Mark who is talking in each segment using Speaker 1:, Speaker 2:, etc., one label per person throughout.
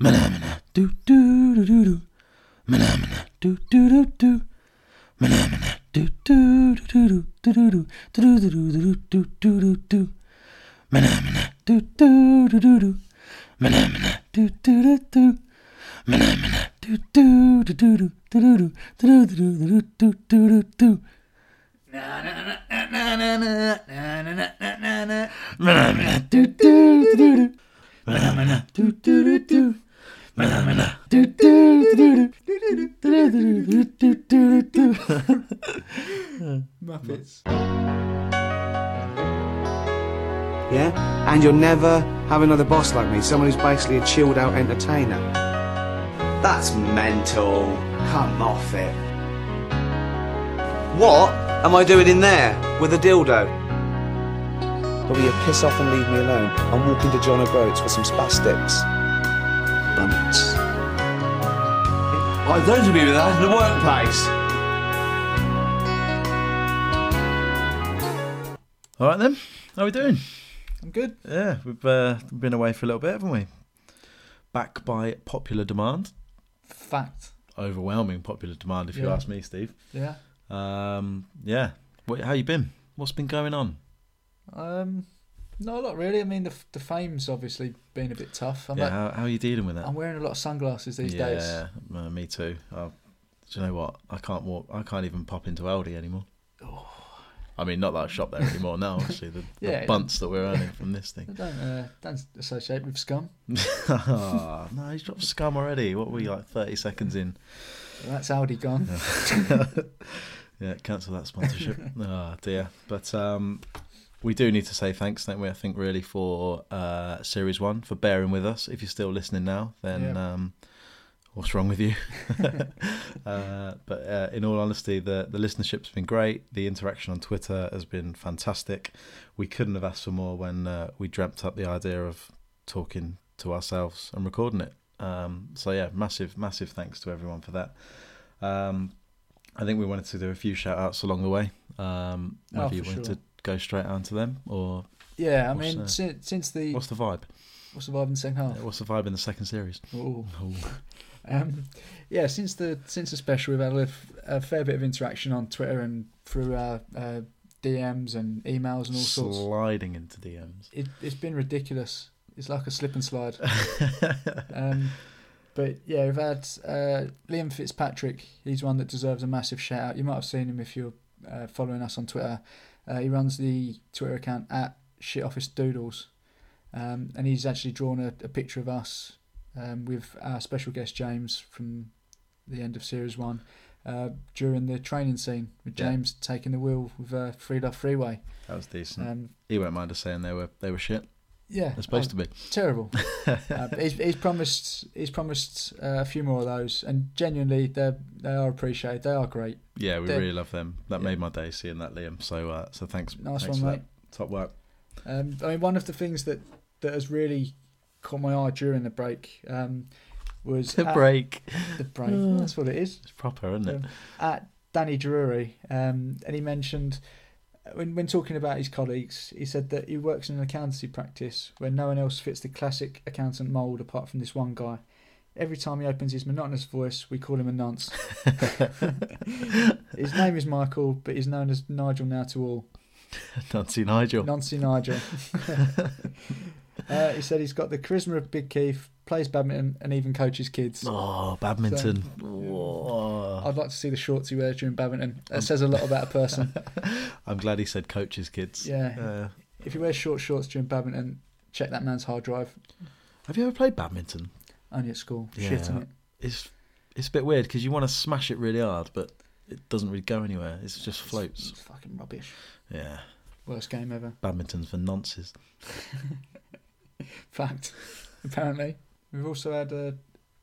Speaker 1: Manamana, do do do do do. Manamana, do do do do. Manamana, do do do do do do do do do do do do do do. Manamana, do do do do do. Manamana, do do do do. Manamana, do do do do do do do do do do do do do do. Manamana, do do do do do. Manamana, do do do do. Manamana, do do do do do do do do do do.
Speaker 2: Muppets.
Speaker 3: Yeah? And you'll never have another boss like me, someone who's basically a chilled out entertainer. That's mental. Come off it. What am I doing in there with a dildo? Will you piss off and leave me alone? I'm walking to John O'Groats for some spastics. Bunts. I don't agree with that in the workplace.
Speaker 1: All right then, how we doing?
Speaker 2: I'm good.
Speaker 1: Yeah, we've uh, been away for a little bit, haven't we? Back by popular demand,
Speaker 2: Fact.
Speaker 1: overwhelming popular demand, if you
Speaker 2: Yeah.
Speaker 1: ask me, Steve.
Speaker 2: Yeah.
Speaker 1: Um, yeah, what, how you been? What's been going on?
Speaker 2: Um, not a lot really. I mean, the the fame's obviously been a bit tough. I'm
Speaker 1: yeah,
Speaker 2: like-
Speaker 1: how, how are you dealing with that?
Speaker 2: I'm wearing a lot of sunglasses these
Speaker 1: yeah,
Speaker 2: days.
Speaker 1: uh, me too. Uh, do you know what? I can't walk. I can't even pop into Aldi anymore. I mean, not that I shop there anymore now. Actually, the,
Speaker 2: Oh. Yeah,
Speaker 1: the
Speaker 2: it-
Speaker 1: bunts that we're earning from this thing.
Speaker 2: I don't uh, don't associate with scum.
Speaker 1: Ah, no, he's dropped scum already. What were you like thirty seconds in?
Speaker 2: That's Aldi gone.
Speaker 1: Yeah, cancel that sponsorship. oh dear. But um, we do need to say thanks, don't we? I think really for uh, series one for bearing with us. If you're still listening now, then
Speaker 2: Yeah.
Speaker 1: um, what's wrong with you? uh, but uh, in all honesty, the the listenership's been great. The interaction on Twitter has been fantastic. We couldn't have asked for more when uh, we dreamt up the idea of talking to ourselves and recording it. Um, so yeah, massive, massive thanks to everyone for that. Um, I think we wanted to do a few shout outs along the way. Um,
Speaker 2: Oh,
Speaker 1: whether you
Speaker 2: for
Speaker 1: wanted
Speaker 2: sure.
Speaker 1: to go straight on to them or
Speaker 2: Yeah, I
Speaker 1: What's
Speaker 2: mean, Oh.
Speaker 1: that?
Speaker 2: since, since the
Speaker 1: what's the vibe?
Speaker 2: what's surviving the second half.
Speaker 1: What's the vibe in the second series?
Speaker 2: Ooh.
Speaker 1: Oh,
Speaker 2: Um, yeah, since the since the special, we've had a, lif- a fair bit of interaction on Twitter and through our uh, DMs and emails and all sorts.
Speaker 1: sliding into DMs.
Speaker 2: It, it's been ridiculous. It's like a slip and slide. um, but yeah, we've had uh, Liam Fitzpatrick. He's one that deserves a massive shout out. You might have seen him if you're uh, following us on Twitter. Uh, he runs the Twitter account at Shit Office Doodles, um, and he's actually drawn a, a picture of us um, with our special guest James from the end of series one uh, during the training scene with
Speaker 1: Yeah.
Speaker 2: James taking the wheel with uh, Free Love Freeway.
Speaker 1: That was decent.
Speaker 2: Um,
Speaker 1: he won't mind us saying they were they were shit.
Speaker 2: yeah,
Speaker 1: They're supposed
Speaker 2: I-
Speaker 1: to be.
Speaker 2: terrible. uh, but he's, he's promised he's promised uh, a few more of those, and genuinely they they are appreciated. They are great.
Speaker 1: Yeah, we
Speaker 2: they're-
Speaker 1: really love them. That
Speaker 2: yeah.
Speaker 1: made my day seeing that Liam. So uh, so thanks.
Speaker 2: Nice
Speaker 1: thanks
Speaker 2: one,
Speaker 1: for that.
Speaker 2: mate.
Speaker 1: Top work.
Speaker 2: Um, I mean, one of the things that that has really caught my eye during the break um, was
Speaker 1: The
Speaker 2: at-
Speaker 1: break.
Speaker 2: The break. That's what it is.
Speaker 1: It's proper, isn't it?
Speaker 2: Yeah. At Danny Drury, um, and he mentioned. uh, When, when talking about his colleagues, he said that he works in an accountancy practice where no one else fits the classic accountant mould apart from this one guy. Every time he opens his monotonous voice, we call him a nonce. His name is Michael, but he's known as Nigel now to all.
Speaker 1: Nancy Nigel.
Speaker 2: Nancy Nigel. uh, he said he's got the charisma of Big Keith, plays badminton, and even coaches kids.
Speaker 1: Oh, badminton. Oh.
Speaker 2: I'd like to see the shorts he wears during badminton.
Speaker 1: Um,
Speaker 2: That says a lot about a person.
Speaker 1: I'm glad he said coaches, kids.
Speaker 2: Yeah.
Speaker 1: Uh,
Speaker 2: if he wears short shorts during badminton, check that man's hard drive.
Speaker 1: have you ever played badminton?
Speaker 2: Only at school.
Speaker 1: Yeah.
Speaker 2: Shit on it.
Speaker 1: It's it's a bit weird because you want to smash it really hard, but it doesn't really go anywhere. It just floats.
Speaker 2: It's fucking rubbish.
Speaker 1: Yeah.
Speaker 2: Worst game ever.
Speaker 1: Badminton's for nonces.
Speaker 2: fact, apparently. We've also had a,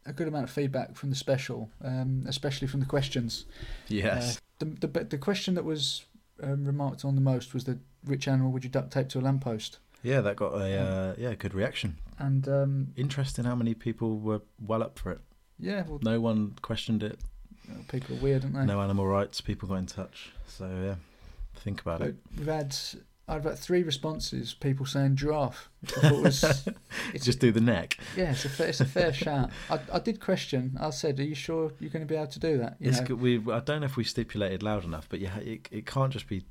Speaker 2: a good amount of feedback from the special, um, especially from the questions.
Speaker 1: Yes.
Speaker 2: Uh, the, the, the question that was um, remarked on the most was the which animal would you duct tape to a lamppost?
Speaker 1: yeah, that got a uh, yeah good reaction.
Speaker 2: And um,
Speaker 1: Interesting how many people were well up for it.
Speaker 2: yeah, well,
Speaker 1: No one questioned it.
Speaker 2: people are weird, aren't they?
Speaker 1: No animal rights. People got in touch. So yeah, think about it.
Speaker 2: We've had I had about three responses. People saying giraffe. Which I thought was
Speaker 1: it's, just do the neck.
Speaker 2: Yeah, it's a fair, it's a fair shout. I, I did question. I said, "Are you sure you're going to be able to do that?" You
Speaker 1: It's good. We I don't know if we stipulated loud enough, but yeah, it, it can't just be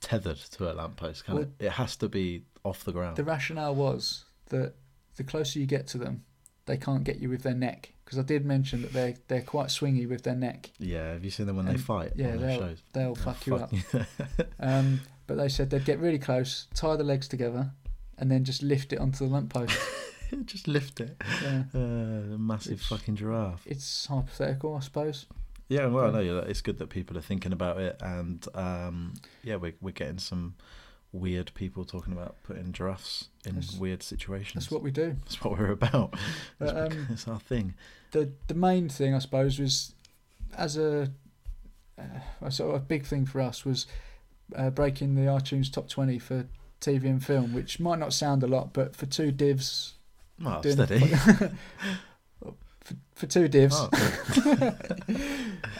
Speaker 1: tethered to a lamppost, can
Speaker 2: Well-
Speaker 1: it? It has to be off the ground.
Speaker 2: The rationale was that the closer you get to them, they can't get you with their neck. Because I did mention that they they're quite swingy with their neck.
Speaker 1: yeah, have you seen them when they
Speaker 2: And-
Speaker 1: fight
Speaker 2: yeah,
Speaker 1: on their
Speaker 2: they'll-
Speaker 1: shows?
Speaker 2: They'll
Speaker 1: Oh,
Speaker 2: fuck you up.
Speaker 1: fuck.
Speaker 2: Um, but they said they'd get really close, tie the legs together, and then just lift it onto the lamppost.
Speaker 1: just lift it.
Speaker 2: yeah.
Speaker 1: Uh, a massive
Speaker 2: It's-
Speaker 1: fucking giraffe.
Speaker 2: It's hypothetical, I suppose.
Speaker 1: Yeah, well, no,
Speaker 2: Yeah.
Speaker 1: yeah, it's good that people are thinking about it, and um, yeah, we're we're getting some weird people talking about putting giraffes in
Speaker 2: That's-
Speaker 1: weird situations.
Speaker 2: That's what we do.
Speaker 1: That's what we're about. That's,
Speaker 2: But, um,
Speaker 1: that's our thing.
Speaker 2: the the main thing I suppose was as a, uh, a sort of a big thing for us was uh, breaking the iTunes top twenty for TV and film, which might not sound a lot, but for two divs,
Speaker 1: Well,
Speaker 2: doing-
Speaker 1: steady.
Speaker 2: for, for two divs,
Speaker 1: Oh, good.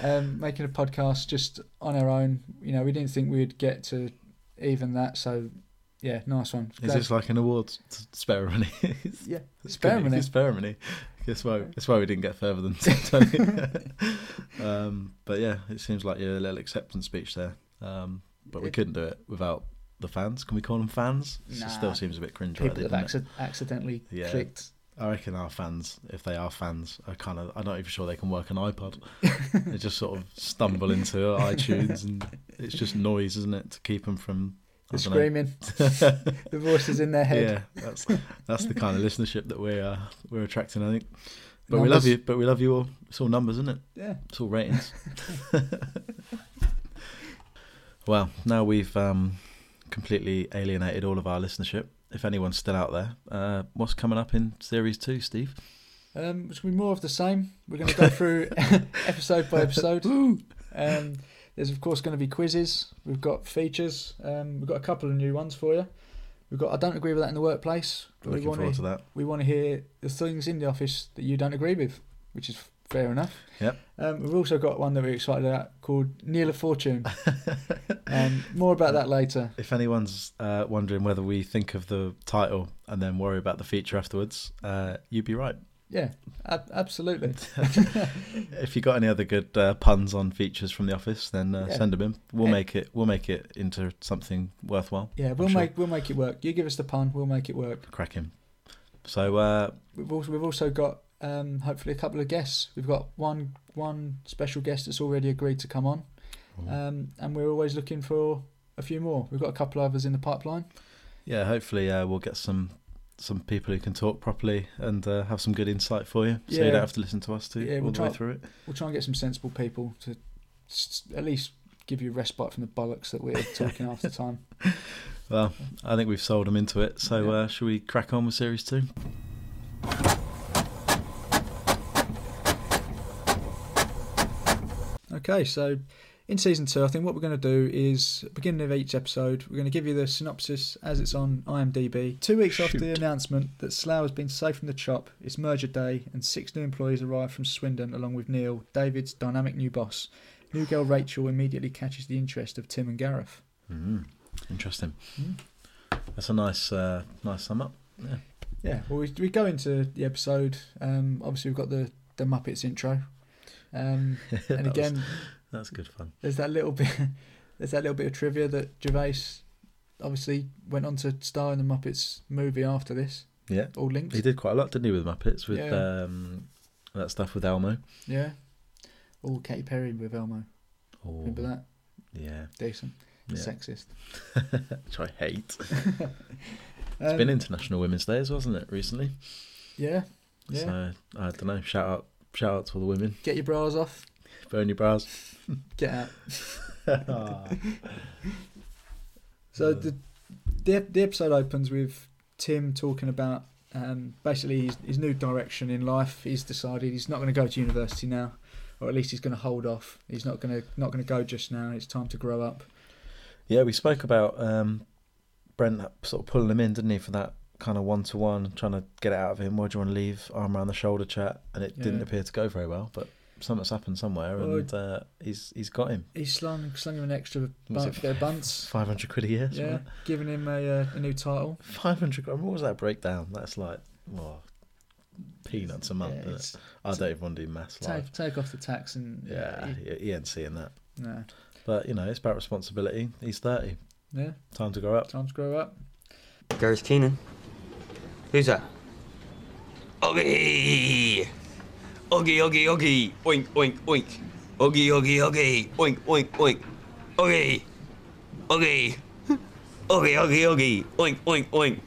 Speaker 2: um, making a podcast just on our own. You know, we didn't think we'd get to even that, so yeah, nice one.
Speaker 1: Is
Speaker 2: Glad-
Speaker 1: this like an awards t- ceremony? It's-
Speaker 2: yeah,
Speaker 1: it's good,
Speaker 2: Ceremony.
Speaker 1: It's ceremony. That's why. That's why we didn't get further than top twenty. um, but yeah, it seems like your little acceptance speech there. Um, but we
Speaker 2: It-
Speaker 1: couldn't do it without the fans. Can we call them fans?
Speaker 2: Nah.
Speaker 1: It still seems a bit cringe.
Speaker 2: people that have acci- accidentally
Speaker 1: Yeah.
Speaker 2: clicked.
Speaker 1: I reckon our fans, if they are fans, are kind of. I'm not even sure they can work an iPod. they just sort of stumble into iTunes, and it's just noise, isn't it, to keep them from I
Speaker 2: The
Speaker 1: don't know.
Speaker 2: screaming, the voices in their head.
Speaker 1: Yeah, that's that's the kind of listenership that we're uh, we're attracting, I think. But we love
Speaker 2: Numbers.
Speaker 1: you. But we love you all. It's all numbers, isn't it?
Speaker 2: Yeah.
Speaker 1: It's all ratings. well, now we've um, completely alienated all of our listenership. If anyone's still out there, uh, what's coming up in series two, Steve?
Speaker 2: Um, it's going to be more of the same. We're going to go through episode by episode. um, there's, of course, going to be quizzes. We've got features. Um, we've got a couple of new ones for you. We've got I don't agree with that in the workplace. but
Speaker 1: Looking
Speaker 2: we want
Speaker 1: forward
Speaker 2: to
Speaker 1: to that.
Speaker 2: we want to hear the things in the office that you don't agree with, which is fair enough.
Speaker 1: Yep.
Speaker 2: Um, we've also got one that we're excited about called Neil of Fortune. um, more about that later.
Speaker 1: If anyone's uh, wondering whether we think of the title and then worry about the feature afterwards, uh, you'd be right.
Speaker 2: Yeah, ab- absolutely.
Speaker 1: Mm. If you got any other good uh, puns on features from The Office, then uh,
Speaker 2: Yeah.
Speaker 1: send them in. We'll
Speaker 2: Eh.
Speaker 1: make it. We'll make it into something worthwhile.
Speaker 2: Yeah, we'll
Speaker 1: sure.
Speaker 2: make we'll make it work. You give us the pun, we'll make it work.
Speaker 1: Cracking. So uh,
Speaker 2: We've also we've also got um, hopefully a couple of guests. We've got one one special guest that's already agreed to come on,
Speaker 1: Uh,
Speaker 2: um, and we're always looking for a few more. We've got a couple others in the pipeline.
Speaker 1: yeah, hopefully uh, we'll get some some people who can talk properly and uh, have some good insight for you, so you
Speaker 2: Yeah.
Speaker 1: don't have to listen to us too
Speaker 2: Yeah,
Speaker 1: all
Speaker 2: we'll
Speaker 1: the way
Speaker 2: try-
Speaker 1: through it.
Speaker 2: We'll try and get some sensible people to s- s- at least give you a respite from the bollocks that we're talking half the time.
Speaker 1: Well, I think we've sold them into it. So
Speaker 2: Yeah.
Speaker 1: uh, should we crack on with series two?
Speaker 2: Okay, so in season two, I think what we're going to do is at the beginning of each episode, we're going to give you the synopsis as it's on IMDb. Two weeks after the
Speaker 1: Shoot.
Speaker 2: announcement that Slough has been saved from the chop, it's merger day, and six new employees arrive from Swindon along with Neil, David's dynamic new boss. New girl Rachel immediately catches the interest of Tim and Gareth.
Speaker 1: Mm, interesting.
Speaker 2: Mm.
Speaker 1: That's a nice uh, nice sum up.
Speaker 2: Yeah, well, we, we go into the episode. Um, obviously, we've got the, the Muppets intro. Um,
Speaker 1: That
Speaker 2: and
Speaker 1: was-
Speaker 2: again,
Speaker 1: that's good fun.
Speaker 2: there's that little bit there's that little bit of trivia that Gervais obviously went on to star in the Muppets movie after this.
Speaker 1: Yeah.
Speaker 2: All
Speaker 1: He
Speaker 2: linked.
Speaker 1: did quite a lot, didn't he, with Muppets, with
Speaker 2: Yeah.
Speaker 1: um, that stuff with Elmo.
Speaker 2: Yeah. All Katy Perry with Elmo.
Speaker 1: Oh,
Speaker 2: Remember that?
Speaker 1: Yeah,
Speaker 2: Decent.
Speaker 1: yeah.
Speaker 2: Sexist.
Speaker 1: which I hate. It's
Speaker 2: Um,
Speaker 1: been International Women's Day, wasn't it, recently?
Speaker 2: yeah. Yeah.
Speaker 1: So I don't know. Shout out, shout out to all the women.
Speaker 2: Get your bras off.
Speaker 1: Burn your bras.
Speaker 2: Get out.
Speaker 1: yeah, Uh,
Speaker 2: So the, the the episode opens with Tim talking about um, basically his, his new direction in life. He's decided he's not going to go to university now, or at least he's going to hold off. He's not going to not going to go just now. It's time to grow up.
Speaker 1: we spoke about um, Brent sort of pulling him in, didn't he, for that kind of one to one, trying to get it out of him. Why do you want to leave? Arm around the shoulder chat, and it didn't
Speaker 2: Yeah.
Speaker 1: appear to go very well. But something's happened somewhere, and uh, he's he's got him.
Speaker 2: He slung slung him an extra bunch, their bunts.
Speaker 1: Five hundred quid a year.
Speaker 2: Yeah, somewhere. giving him a uh, a new title.
Speaker 1: Five hundred. What was that breakdown? That's like oh, peanuts a month.
Speaker 2: Yeah,
Speaker 1: isn't it? I don't even want to do maths.
Speaker 2: Take
Speaker 1: live.
Speaker 2: take off the tax and
Speaker 1: Yeah, he, he ain't seeing that.
Speaker 2: no,
Speaker 1: But you know, it's about responsibility. He's thirty.
Speaker 2: yeah.
Speaker 1: Time to grow up.
Speaker 2: Time to grow up.
Speaker 4: Goes Keenan. Who's that? Oggy! Oggy, oggy, oggy! Oink, oink, oink! Oggy, oggy, oggy! Oink, oink, oink! Oggy! Oggy! Oggy, oggy, oggy! Oink, oink,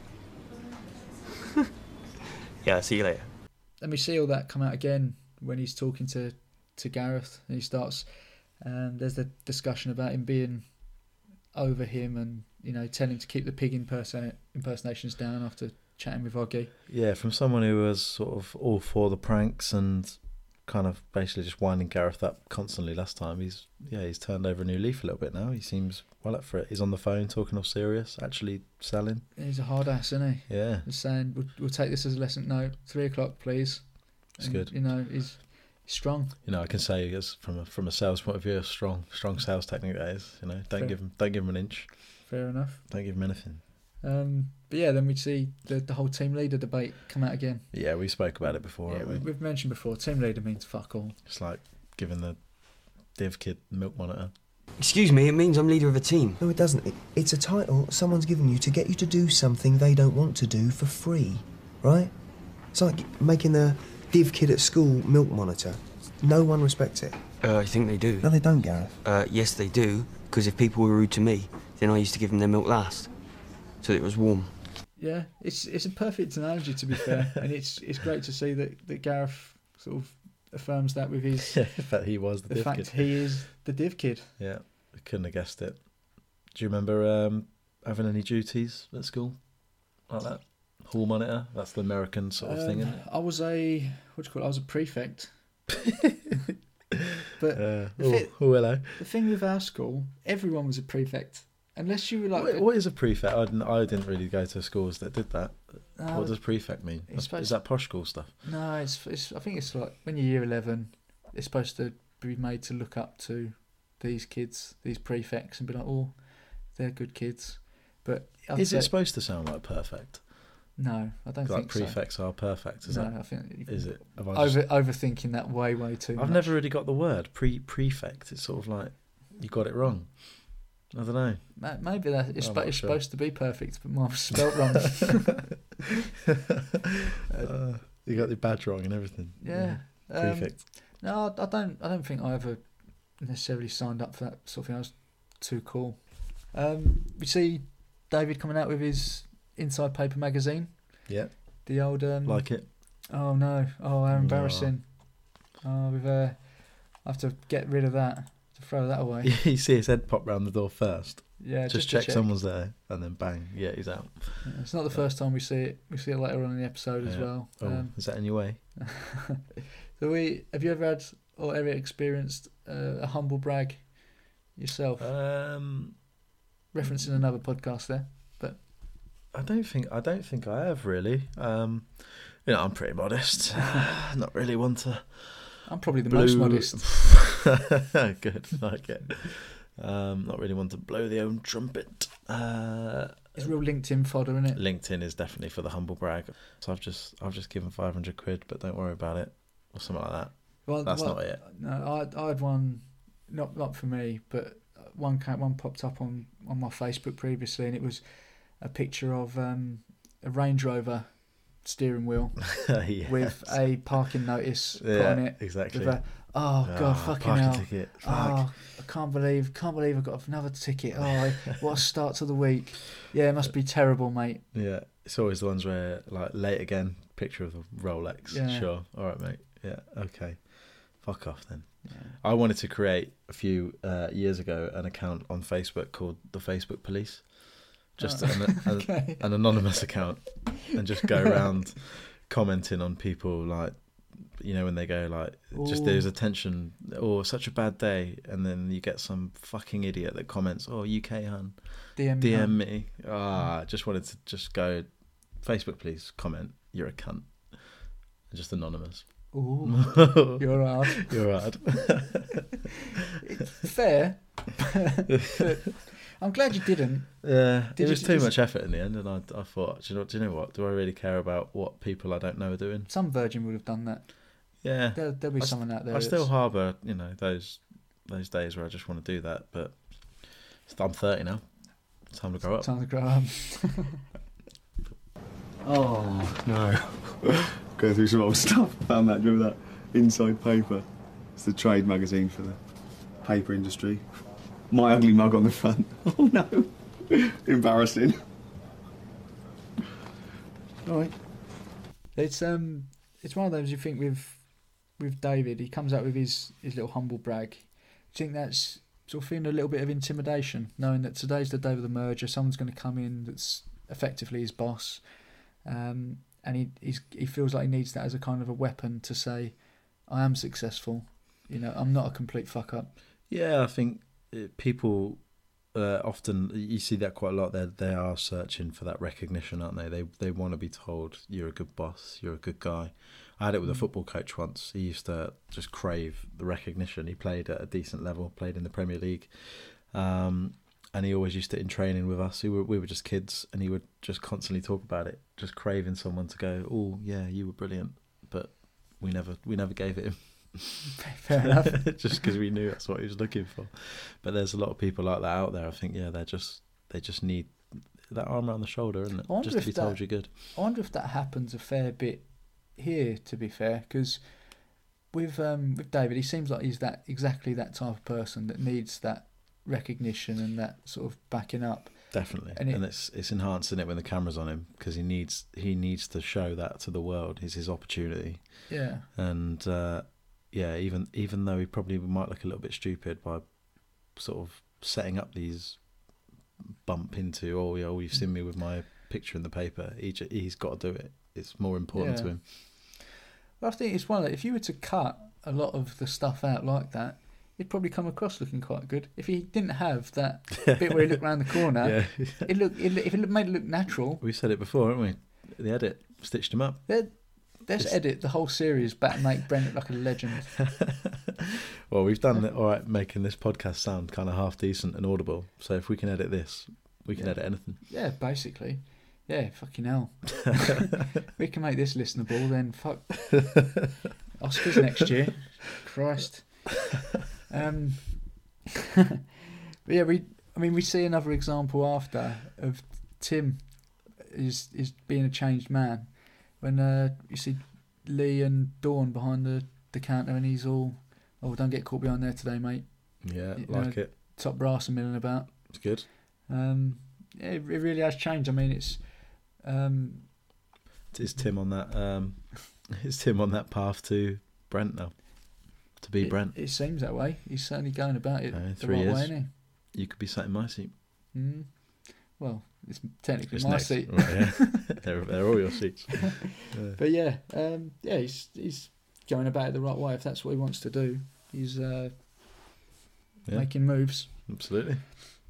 Speaker 4: oink! yeah, see you later.
Speaker 2: and we see all that come out again when he's talking to to Gareth and he starts and there's the discussion about him being over him and you know telling him to keep the pig imperson- impersonations down after chatting with Oggy.
Speaker 1: Yeah, from someone who was sort of all for the pranks and kind of basically just winding Gareth up constantly last time. He's yeah, he's turned over a new leaf a little bit now. He seems well up for it. He's on the phone talking off serious, actually selling.
Speaker 2: He's a hard ass, isn't he?
Speaker 1: Yeah,
Speaker 2: He's saying we'll, we'll take this as a lesson. No, three o'clock, please.
Speaker 1: it's good.
Speaker 2: You know he's, he's strong.
Speaker 1: You know, I can say as from a from a sales point of view, a strong strong sales technique that is. You know, don't
Speaker 2: Fair.
Speaker 1: give him don't give him an inch,
Speaker 2: Fair enough.
Speaker 1: don't give him anything.
Speaker 2: Um, but yeah, then we see the the whole team leader debate come out again.
Speaker 1: Yeah, we spoke about it before,
Speaker 2: yeah,
Speaker 1: haven't
Speaker 2: we,
Speaker 1: we?
Speaker 2: we've mentioned before. Team leader means fuck all.
Speaker 1: It's like giving the div kid milk monitor.
Speaker 4: Excuse me, it means I'm leader of a team.
Speaker 5: No, it doesn't. It, it's a title someone's given you to get you to do something they don't want to do for free, right? It's like making the div kid at school milk monitor. No one respects it.
Speaker 4: Uh, I think they do.
Speaker 5: No, they don't, Gareth.
Speaker 4: Uh, yes, they do, because if people were rude to me, then I used to give them their milk last, so that it was warm.
Speaker 2: Yeah, it's it's a perfect analogy to be fair, and it's it's great to see that that Gareth sort of affirms that with his
Speaker 1: Yeah, in fact, he was the,
Speaker 2: the
Speaker 1: div
Speaker 2: fact
Speaker 1: kid.
Speaker 2: he is the div kid.
Speaker 1: Yeah, I couldn't have guessed it. Do you remember um, having any duties at school like that? Hall monitor, that's the American sort of thing,
Speaker 2: Um,
Speaker 1: isn't
Speaker 2: I was a what do you call it? I was a prefect. but
Speaker 1: it? Uh,
Speaker 2: if
Speaker 1: oh,
Speaker 2: it-
Speaker 1: oh, hello.
Speaker 2: the thing with our school, everyone was a prefect, unless you were like
Speaker 1: What- what is a prefect? I didn't, I didn't really go to schools that did that.
Speaker 2: uh,
Speaker 1: what does prefect mean?
Speaker 2: it's supposed-
Speaker 1: Is that posh school stuff?
Speaker 2: no. It's, it's I think it's like when you're year eleven, it's supposed to be made to look up to these kids, these prefects, and be like, oh, they're good kids. But I'd
Speaker 1: Is
Speaker 2: say-
Speaker 1: it supposed to sound like perfect?
Speaker 2: No, I don't
Speaker 1: Like
Speaker 2: think so.
Speaker 1: prefects are perfect, is
Speaker 2: no,
Speaker 1: that?
Speaker 2: I think you-
Speaker 1: Is it? Have I just-
Speaker 2: over overthinking that way way too.
Speaker 1: I've
Speaker 2: much.
Speaker 1: never really got the word pre prefect. It's sort of like you got it wrong. I don't know.
Speaker 2: Ma- Maybe that it's,
Speaker 1: I'm
Speaker 2: spo-
Speaker 1: not
Speaker 2: it's
Speaker 1: sure.
Speaker 2: supposed to be perfect, but mine was spelt wrong.
Speaker 1: Uh, you got the badge wrong and everything.
Speaker 2: yeah. Um,
Speaker 1: Prefect.
Speaker 2: no, I I don't. I don't think I ever necessarily signed up for that sort of thing. I was too cool. Um, we see David coming out with his Inside Paper magazine.
Speaker 1: Yeah.
Speaker 2: The old um,
Speaker 1: like it.
Speaker 2: Oh no! Oh, how
Speaker 1: No.
Speaker 2: embarrassing! Oh, we've uh, I have to get rid of that. To throw that away.
Speaker 1: you see his head pop round the door first.
Speaker 2: Yeah,
Speaker 1: just
Speaker 2: just, to
Speaker 1: check, someone's there, and then bang, yeah, he's out.
Speaker 2: Yeah, It's not the first time we see it. We see it later on in the episode as
Speaker 1: Yeah.
Speaker 2: well.
Speaker 1: Oh,
Speaker 2: Um,
Speaker 1: is that in your way?
Speaker 2: so we have you ever had or ever experienced uh, a humble brag yourself?
Speaker 1: Um,
Speaker 2: Referencing another podcast there.
Speaker 1: I don't think I don't think I have really. Um, you know, I'm pretty modest. Not really one to
Speaker 2: I'm probably the most
Speaker 1: blow-
Speaker 2: modest.
Speaker 1: Good, like it. Um, not really one to blow the own trumpet. Uh,
Speaker 2: It's real LinkedIn fodder, isn't it?
Speaker 1: LinkedIn is definitely for the humble brag. So I've just I've just given five hundred quid, but don't worry about it, or something like that.
Speaker 2: Well,
Speaker 1: That's
Speaker 2: well,
Speaker 1: not it.
Speaker 2: No, I I had one, not not for me, but one ca- one popped up on on my Facebook previously, and it was a picture of um, a Range Rover steering wheel
Speaker 1: yeah.
Speaker 2: with a parking notice put on it.
Speaker 1: exactly.
Speaker 2: With a, oh god,
Speaker 1: Ah,
Speaker 2: fucking
Speaker 1: parking
Speaker 2: hell.
Speaker 1: ticket. Fuck.
Speaker 2: Oh, I can't believe, can't believe I got another ticket. Oh, what a start to the week. Yeah, it must be terrible, mate.
Speaker 1: Yeah, it's always the ones where like late again. Picture of the Rolex.
Speaker 2: Yeah.
Speaker 1: Sure. All right, mate. Yeah. Okay. Fuck off then.
Speaker 2: Yeah.
Speaker 1: I wanted to create a few uh, years ago an account on Facebook called the Facebook Police, just
Speaker 2: Oh,
Speaker 1: an, a-
Speaker 2: Okay.
Speaker 1: an anonymous account, and just go around commenting on people like, you know, when they go like, just
Speaker 2: Ooh.
Speaker 1: there's attention or such a bad day, and then you get some fucking idiot that comments, oh UK hun,
Speaker 2: DM. me.
Speaker 1: DM me. Ah, just wanted to just go, Facebook, please comment. You're a cunt. Just anonymous.
Speaker 2: Ooh, you're hard.
Speaker 1: You're hard.
Speaker 2: Fair. but I'm glad you didn't.
Speaker 1: Yeah,
Speaker 2: Did
Speaker 1: it was
Speaker 2: you-
Speaker 1: too
Speaker 2: is-
Speaker 1: much effort in the end, and I, I thought, do you know, do you know what? Do I really care about what people I don't know are doing?
Speaker 2: Some Virgin would have done that.
Speaker 1: Yeah,
Speaker 2: There, there'll be
Speaker 1: I s-
Speaker 2: someone out there.
Speaker 1: I still
Speaker 2: that's-
Speaker 1: harbour, you know, those those days where I just want to do that, but I'm 30 now. Time to grow up.
Speaker 2: Time to grow up.
Speaker 6: Oh no. Going through some old stuff. Found that, remember that? Inside Paper. It's the trade magazine for the paper industry. My ugly mug on the front. Oh no. Embarrassing. Alright.
Speaker 2: It's um, it's one of those you think with, with David, he comes out with his his little humble brag. Do you think that's sort of feeling a little bit of intimidation, knowing that today's the day of the merger, someone's going to come in that's effectively his boss, um, and he he's, he feels like he needs that as a kind of a weapon to say, I am successful. You know, I'm not a complete fuck up.
Speaker 1: Yeah, I think uh, people uh, often you see that quite a lot. They they are searching for that recognition, aren't they? They they want to be told you're a good boss, you're a good guy. I had it with a football coach once. He used to just crave the recognition. He played at a decent level, played in the Premier League, um, and he always used to in training with us. We were we were just kids, and he would just constantly talk about it, just craving someone to go, "Oh yeah, you were brilliant," but we never we never gave it him.
Speaker 2: Fair enough.
Speaker 1: just because we knew that's what he was looking for. But there's a lot of people like that out there. I think yeah, they're just they just need that arm around the shoulder, isn't it?
Speaker 2: I wonder
Speaker 1: Just to
Speaker 2: if
Speaker 1: be told
Speaker 2: that-
Speaker 1: you're good.
Speaker 2: I wonder if that happens a fair bit here. To be fair, because with um, with David, he seems like he's that exactly that type of person that needs that recognition and that sort of backing up.
Speaker 1: Definitely,
Speaker 2: And
Speaker 1: and,
Speaker 2: it-
Speaker 1: it's it's enhancing it when the camera's on him because he needs he needs to show that to the world. Is his opportunity,
Speaker 2: Yeah,
Speaker 1: and uh, yeah, even even though he probably might look a little bit stupid by sort of setting up these bump into oh yeah, oh you've seen me with my picture in the paper. He j- he's got to do it. It's more important
Speaker 2: Yeah.
Speaker 1: to him.
Speaker 2: but I think it's one that if you were to cut a lot of the stuff out like that, it'd probably come across looking quite good. If he didn't have that bit where he looked round the corner,
Speaker 1: Yeah.
Speaker 2: it looked it, look- if it look- made it look natural.
Speaker 1: We said it before, haven't we? The edit stitched him up.
Speaker 2: They'd, let's
Speaker 1: It's-
Speaker 2: edit the whole series back and make Brent look like a legend.
Speaker 1: Well, we've done it all right, making this podcast sound kind of half decent and audible. So if we can edit this, we can
Speaker 2: Yeah.
Speaker 1: edit anything.
Speaker 2: Yeah, basically. Yeah, fucking hell. we can make this listenable then. Fuck. Oscars next year. Christ. Um, but yeah, we. I mean, we see another example after of Tim is is being a changed man when uh, you see Lee and Dawn behind the, the counter and he's all, oh, don't get caught behind there today, mate.
Speaker 1: Yeah,
Speaker 2: You
Speaker 1: like it.
Speaker 2: Top brass and milling about.
Speaker 1: It's good.
Speaker 2: Um, yeah, it it really has changed. I mean, it's um,
Speaker 1: Is Tim on that? Um, is Tim on that path to Brent now? To be
Speaker 2: it,
Speaker 1: Brent,
Speaker 2: It seems that way. He's certainly going about it
Speaker 1: Uh,
Speaker 2: the
Speaker 1: three
Speaker 2: right way,
Speaker 1: years.
Speaker 2: isn't
Speaker 1: you could be sat in my seat.
Speaker 2: he? Mm. Well, it's technically
Speaker 1: It's
Speaker 2: my
Speaker 1: next.
Speaker 2: seat,
Speaker 1: Right, yeah. they're, they're all your seats.
Speaker 2: but yeah, um, yeah, he's he's going about it the right way. If that's what he wants to do, he's uh,
Speaker 1: Yeah.
Speaker 2: making moves.
Speaker 1: Absolutely.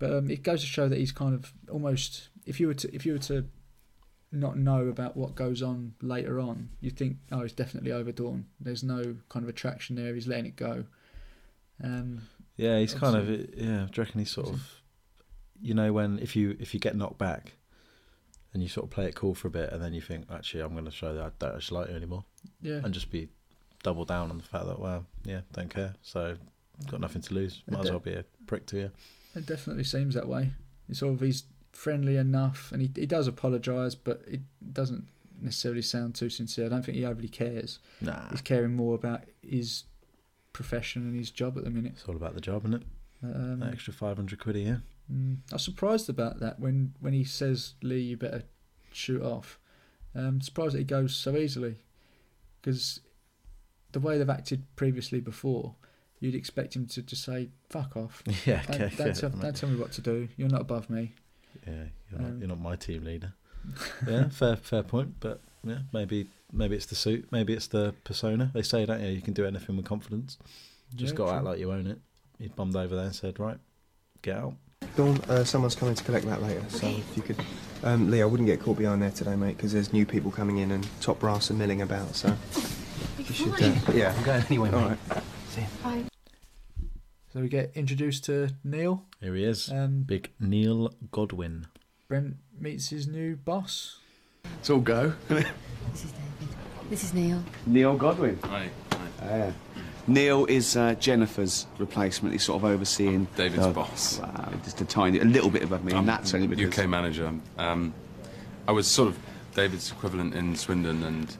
Speaker 2: But um, it goes to show that he's kind of almost. If you were to, if you were to not know about what goes on later on, you'd think, oh, he's definitely over Dawn. There's no kind of attraction there. He's letting it go. Um,
Speaker 1: Yeah, he's kind of yeah. Do you reckon he's sort of, you know, when if you if you get knocked back, and you sort of play it cool for a bit, and then you think actually I'm going to show that I don't actually like you anymore,
Speaker 2: yeah,
Speaker 1: and just be double down on the fact that wow, yeah, don't care. So got nothing to lose. Might as well be a prick to you.
Speaker 2: It definitely seems that way. It's sort of he's friendly enough, and he he does apologise, but it doesn't necessarily sound too sincere. I don't think he overly cares.
Speaker 1: Nah,
Speaker 2: He's caring more about his profession and his job at the minute.
Speaker 1: it's all about the job, isn't it?
Speaker 2: Um,
Speaker 1: That extra five hundred quid a year.
Speaker 2: mm, I was surprised about that when when he says Lee, you better shoot off. Um, surprised that he goes so easily, because the way they've acted previously before, you'd expect him to just say "fuck off."
Speaker 1: Yeah,
Speaker 2: Don't,
Speaker 1: okay.
Speaker 2: don't,
Speaker 1: yeah,
Speaker 2: tell,
Speaker 1: mate.
Speaker 2: don't tell me what to do. You're not above me.
Speaker 1: yeah, you're not,
Speaker 2: Um,
Speaker 1: you're not my team leader. yeah, fair fair point, but yeah, maybe maybe it's the suit, maybe it's the persona. They say, don't you? You can do anything with confidence. Just
Speaker 2: Yeah,
Speaker 1: got to
Speaker 2: true.
Speaker 1: act like you own it. He bummed over there and said, right, get out.
Speaker 5: Dawn, uh, someone's coming to collect that later, so if you could. Um, Lee, I wouldn't get caught behind there today, mate, because there's new people coming in and top brass are milling about, so. You should, uh, yeah, I'm going anyway, mate.
Speaker 6: All right.
Speaker 5: See ya.
Speaker 2: So we get introduced to Neil.
Speaker 1: Here he is.
Speaker 2: Um,
Speaker 1: Big Neil Godwin.
Speaker 2: Brent meets his new boss.
Speaker 6: It's all go.
Speaker 7: This is Neil.
Speaker 6: Neil Godwin.
Speaker 8: Right, right.
Speaker 6: Yeah. Neil is uh, Jennifer's replacement. He's sort of overseeing
Speaker 8: David's boss.
Speaker 6: Wow, just a tiny, a little bit above me,
Speaker 8: I'm
Speaker 6: and that's only because
Speaker 8: UK manager. Um, I was sort of David's equivalent in Swindon and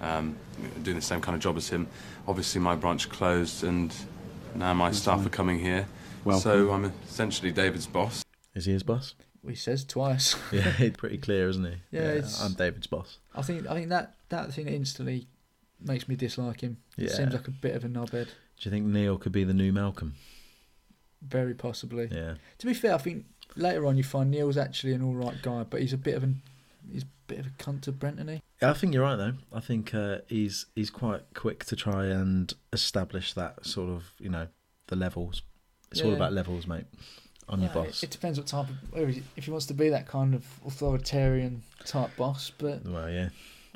Speaker 8: um, doing the same kind of job as him. Obviously, my branch closed, and now my staff are coming here.
Speaker 6: Welcome.
Speaker 8: So I'm essentially David's boss.
Speaker 1: Is he his boss?
Speaker 2: He says twice.
Speaker 1: Yeah, he's pretty clear, isn't he?
Speaker 2: Yeah, it's-
Speaker 1: I'm David's boss.
Speaker 2: I think I think that that thing instantly makes me dislike him. It
Speaker 1: Yeah.
Speaker 2: Seems like a bit of a knobhead.
Speaker 1: Do you think Neil could be the new Malcolm?
Speaker 2: Very possibly.
Speaker 1: Yeah.
Speaker 2: To be fair, I think later on you find Neil's actually an all right guy, but he's a bit of an he's a bit of a cunt to Brent, isn't he?
Speaker 1: Yeah, I think you're right though. I think uh, he's he's quite quick to try and establish that sort of you know the levels. It's all
Speaker 2: Yeah.
Speaker 1: about levels, mate. I'm your
Speaker 2: Well,
Speaker 1: boss.
Speaker 2: It, it depends what type of whether he- if he wants to be that kind of authoritarian type boss, but
Speaker 1: well, yeah,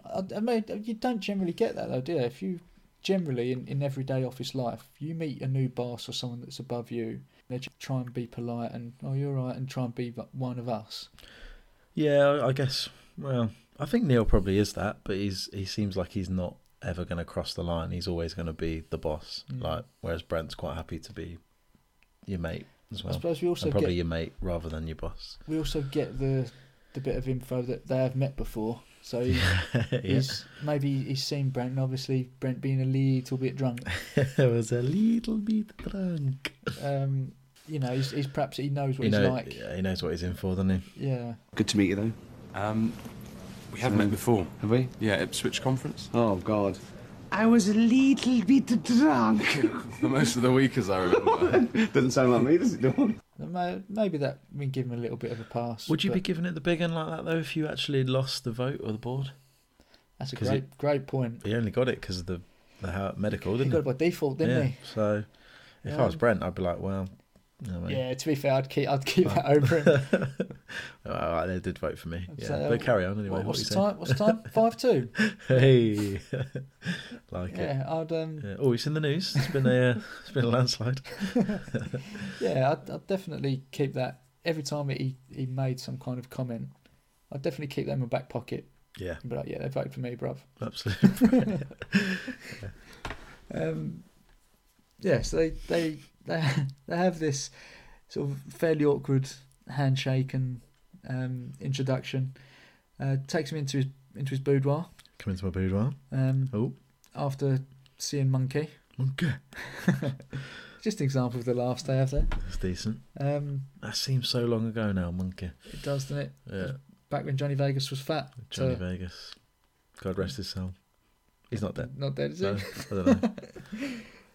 Speaker 2: I, I mean you don't generally get that though, do you? If you generally in, in everyday office life, you meet a new boss or someone that's above you, they just try and be polite and oh you're all right and try and be like one of us.
Speaker 1: yeah. I- I guess. Well, I think Neil probably is that, but he's he seems like he's not ever going to cross the line. He's always going to be the boss.
Speaker 2: Mm.
Speaker 1: Like whereas Brent's quite happy to be your mate as
Speaker 2: I
Speaker 1: well,
Speaker 2: suppose we also
Speaker 1: and probably
Speaker 2: get
Speaker 1: your mate rather than your boss.
Speaker 2: we also get the the bit of info that they have met before. So he,
Speaker 1: yeah.
Speaker 2: he's maybe he's seen Brent and obviously Brent being a little bit drunk.
Speaker 1: I was a little bit drunk.
Speaker 2: Um, you know, he's, he's perhaps he knows what
Speaker 1: You
Speaker 2: he's
Speaker 1: know,
Speaker 2: like.
Speaker 1: yeah, he knows what he's in for, doesn't he?
Speaker 2: Yeah.
Speaker 6: good to meet you though.
Speaker 8: Um, we have met before.
Speaker 6: Have we?
Speaker 8: Yeah, Ipswich conference
Speaker 6: Oh God. I was a little bit drunk.
Speaker 8: for most of the week, as I remember.
Speaker 6: Doesn't sound like me, does it, Dawn?
Speaker 2: And may- Maybe that I mean give him a little bit of a pass.
Speaker 1: Would you be
Speaker 2: but
Speaker 1: giving it the big end like that though if you actually lost the vote or the board?
Speaker 2: That's a
Speaker 1: 'cause
Speaker 2: great great point.
Speaker 1: He only got it because of the the how, medical,
Speaker 2: He
Speaker 1: didn't
Speaker 2: got it
Speaker 1: he?
Speaker 2: by default, didn't
Speaker 1: yeah.
Speaker 2: he?
Speaker 1: So if I was
Speaker 2: Um,
Speaker 1: Brent, I'd be like, well, no, mate.
Speaker 2: Yeah. To be fair, I'd keep I'd keep that over him.
Speaker 1: All right, they did vote for me.
Speaker 2: I'd
Speaker 1: Yeah,
Speaker 2: say,
Speaker 1: but carry on anyway.
Speaker 2: What,
Speaker 1: What,
Speaker 2: what's
Speaker 1: you
Speaker 2: the
Speaker 1: saying?
Speaker 2: time? What's the time? Five two.
Speaker 1: Hey, like it.
Speaker 2: Yeah. I'd um.
Speaker 1: Yeah. Oh, it's in the news. It's been a uh, it's been a landslide.
Speaker 2: Yeah, I'd, I'd definitely keep that. Every time he, he made some kind of comment, I'd definitely keep that in my back pocket.
Speaker 1: Yeah,
Speaker 2: But like, yeah, they voted for me, bruv.
Speaker 1: absolutely.
Speaker 2: Um, yeah, so they, they, they, they have this sort of fairly awkward handshake and um, introduction. Uh, takes him into his, into his boudoir
Speaker 1: Come into my boudoir.
Speaker 2: um,
Speaker 1: Oh,
Speaker 2: after seeing Monkey.
Speaker 1: monkey.
Speaker 2: Just an example of the laughs they have there.
Speaker 1: That's decent.
Speaker 2: Um,
Speaker 1: That seems so long ago now, monkey.
Speaker 2: it does, doesn't it?
Speaker 1: Yeah,
Speaker 2: Back when Johnny Vegas was fat.
Speaker 1: Johnny
Speaker 2: So-
Speaker 1: Vegas. God rest his soul. He's not dead.
Speaker 2: Not dead, is
Speaker 1: So,
Speaker 2: it?
Speaker 1: I don't know.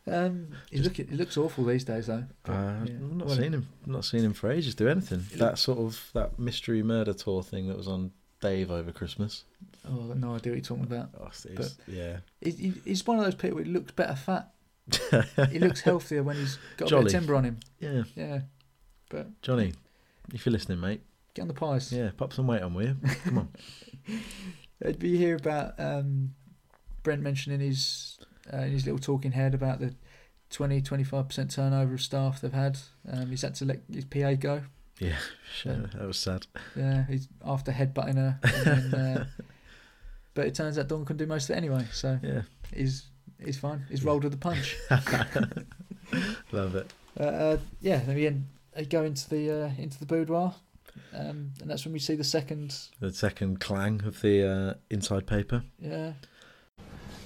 Speaker 2: Um, he's looking, he looks awful these days,
Speaker 1: Uh,
Speaker 2: though. But, yeah.
Speaker 1: I've not
Speaker 2: Well,
Speaker 1: seen him. Not seen him for ages. Do anything. That sort of that mystery murder tour thing that was on Dave over Christmas.
Speaker 2: Oh, I've got no idea what you're talking about.
Speaker 1: Oh, it's- yeah,
Speaker 2: He, he, he's one of those people who looks better fat. he looks healthier when he's got a bit
Speaker 1: Jolly.
Speaker 2: of timber on him.
Speaker 1: yeah.
Speaker 2: Yeah.
Speaker 1: Johnny, if you're listening, mate,
Speaker 2: Get on the pies.
Speaker 1: yeah, pop some weight on, will you? Come on.
Speaker 2: Uh, Do you hear about um, Brent mentioning his uh, in his little talking head about the 20 25% turnover of staff they've had? Um, he's had to let his PA go.
Speaker 1: Sure, that was sad.
Speaker 2: Yeah, he's after headbutting her. And then, uh, but it turns out Dawn can do most of it anyway, so
Speaker 1: Yeah,
Speaker 2: he's, he's fine. He's rolled with the punch.
Speaker 1: love it.
Speaker 2: Uh, uh, yeah, then we en- uh, go into the uh, into the boudoir, um, and that's when we see the second.
Speaker 1: The second clang of the uh, inside paper.
Speaker 2: Yeah,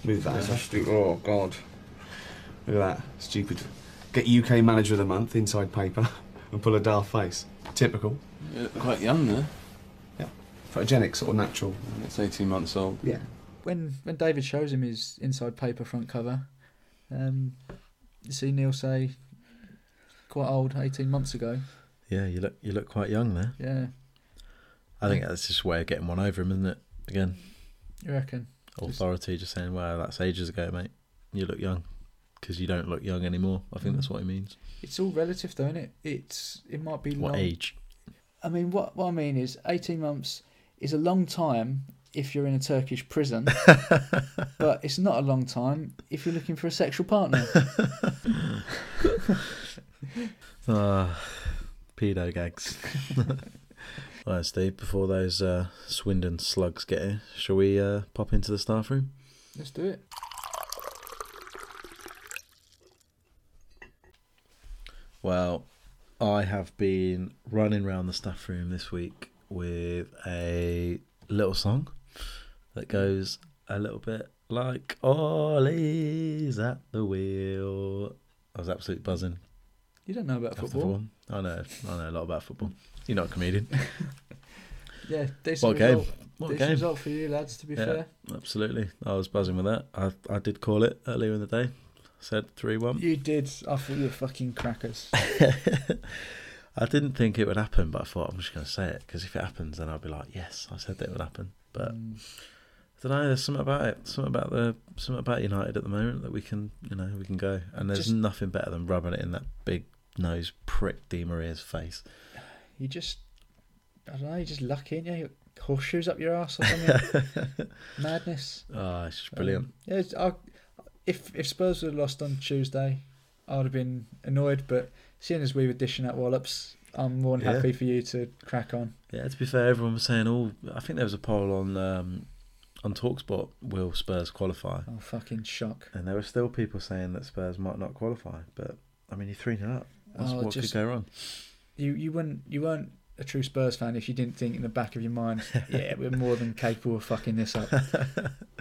Speaker 6: Move that. It's actually, oh God. Look at that. Stupid. Get UK Manager of the Month inside paper and pull a dull face. Typical.
Speaker 8: you look quite young there.
Speaker 6: Photogenic, sort of natural.
Speaker 8: It's 18 months old.
Speaker 6: Yeah.
Speaker 2: when when David shows him his inside paper front cover, um, you see Neil say, "Quite old, eighteen months ago."
Speaker 1: Yeah, you look you look quite young there.
Speaker 2: Yeah,
Speaker 1: I think that's just a way of getting one over him, isn't it? Again,
Speaker 2: you reckon?
Speaker 1: authority just saying, "Wow, that's ages ago, mate. You look young." Because you don't look young anymore. I think that's what he means.
Speaker 2: It's all relative, though, isn't it? It's it might be
Speaker 1: What
Speaker 2: long.
Speaker 1: age?
Speaker 2: I mean, what what I mean is, eighteen months is a long time if you're in a Turkish prison, but it's not a long time if you're looking for a sexual partner.
Speaker 1: Ah, pedo gags. All right, Steve. Before those uh, Swindon slugs get here, shall we uh, pop into the staff room?
Speaker 2: Let's do it.
Speaker 1: Well, I have been running around the staff room this week with a little song that goes a little bit like Ollie's at the wheel. I was absolutely buzzing.
Speaker 2: You don't know about
Speaker 1: after
Speaker 2: football.
Speaker 1: I know, I know a lot about football. You're not a comedian.
Speaker 2: Yeah, decent
Speaker 1: What game?
Speaker 2: result.
Speaker 1: What
Speaker 2: decent
Speaker 1: game?
Speaker 2: result for you lads. To be
Speaker 1: Yeah.
Speaker 2: fair,
Speaker 1: Absolutely. I was buzzing with that. I, I did call it earlier in the day. Said 3 1.
Speaker 2: you did. I thought you were fucking crackers.
Speaker 1: I didn't think it would happen, but I thought I'm just going to say it because if it happens, then I'll be like, yes, I said that it would happen. But
Speaker 2: Mm.
Speaker 1: I don't know. There's something about it. Something about the something about United at the moment that we can, you know, we can go. And there's
Speaker 2: Just-
Speaker 1: nothing better than rubbing it in that big nose prick Di Maria's face.
Speaker 2: you just, I don't know. You just luck in. Yeah, horseshoes up your ass or something. Madness.
Speaker 1: Ah, it's just brilliant.
Speaker 2: Um, yeah, it's, I, if if Spurs would have lost on Tuesday, I would have been annoyed. But seeing as we were dishing out wallops, I'm more than
Speaker 1: Yeah.
Speaker 2: happy for you to crack on.
Speaker 1: yeah. To be fair, everyone was saying all. I think there was a poll on um, on Talksport. Will Spurs qualify?
Speaker 2: Oh fucking shock!
Speaker 1: And there were still people saying that Spurs might not qualify. But I mean, you're three 0 up. That's
Speaker 2: Oh,
Speaker 1: what
Speaker 2: just-
Speaker 1: could go wrong.
Speaker 2: You you weren't you weren't a true Spurs fan if you didn't think in the back of your mind, yeah, we're more than capable of fucking this up.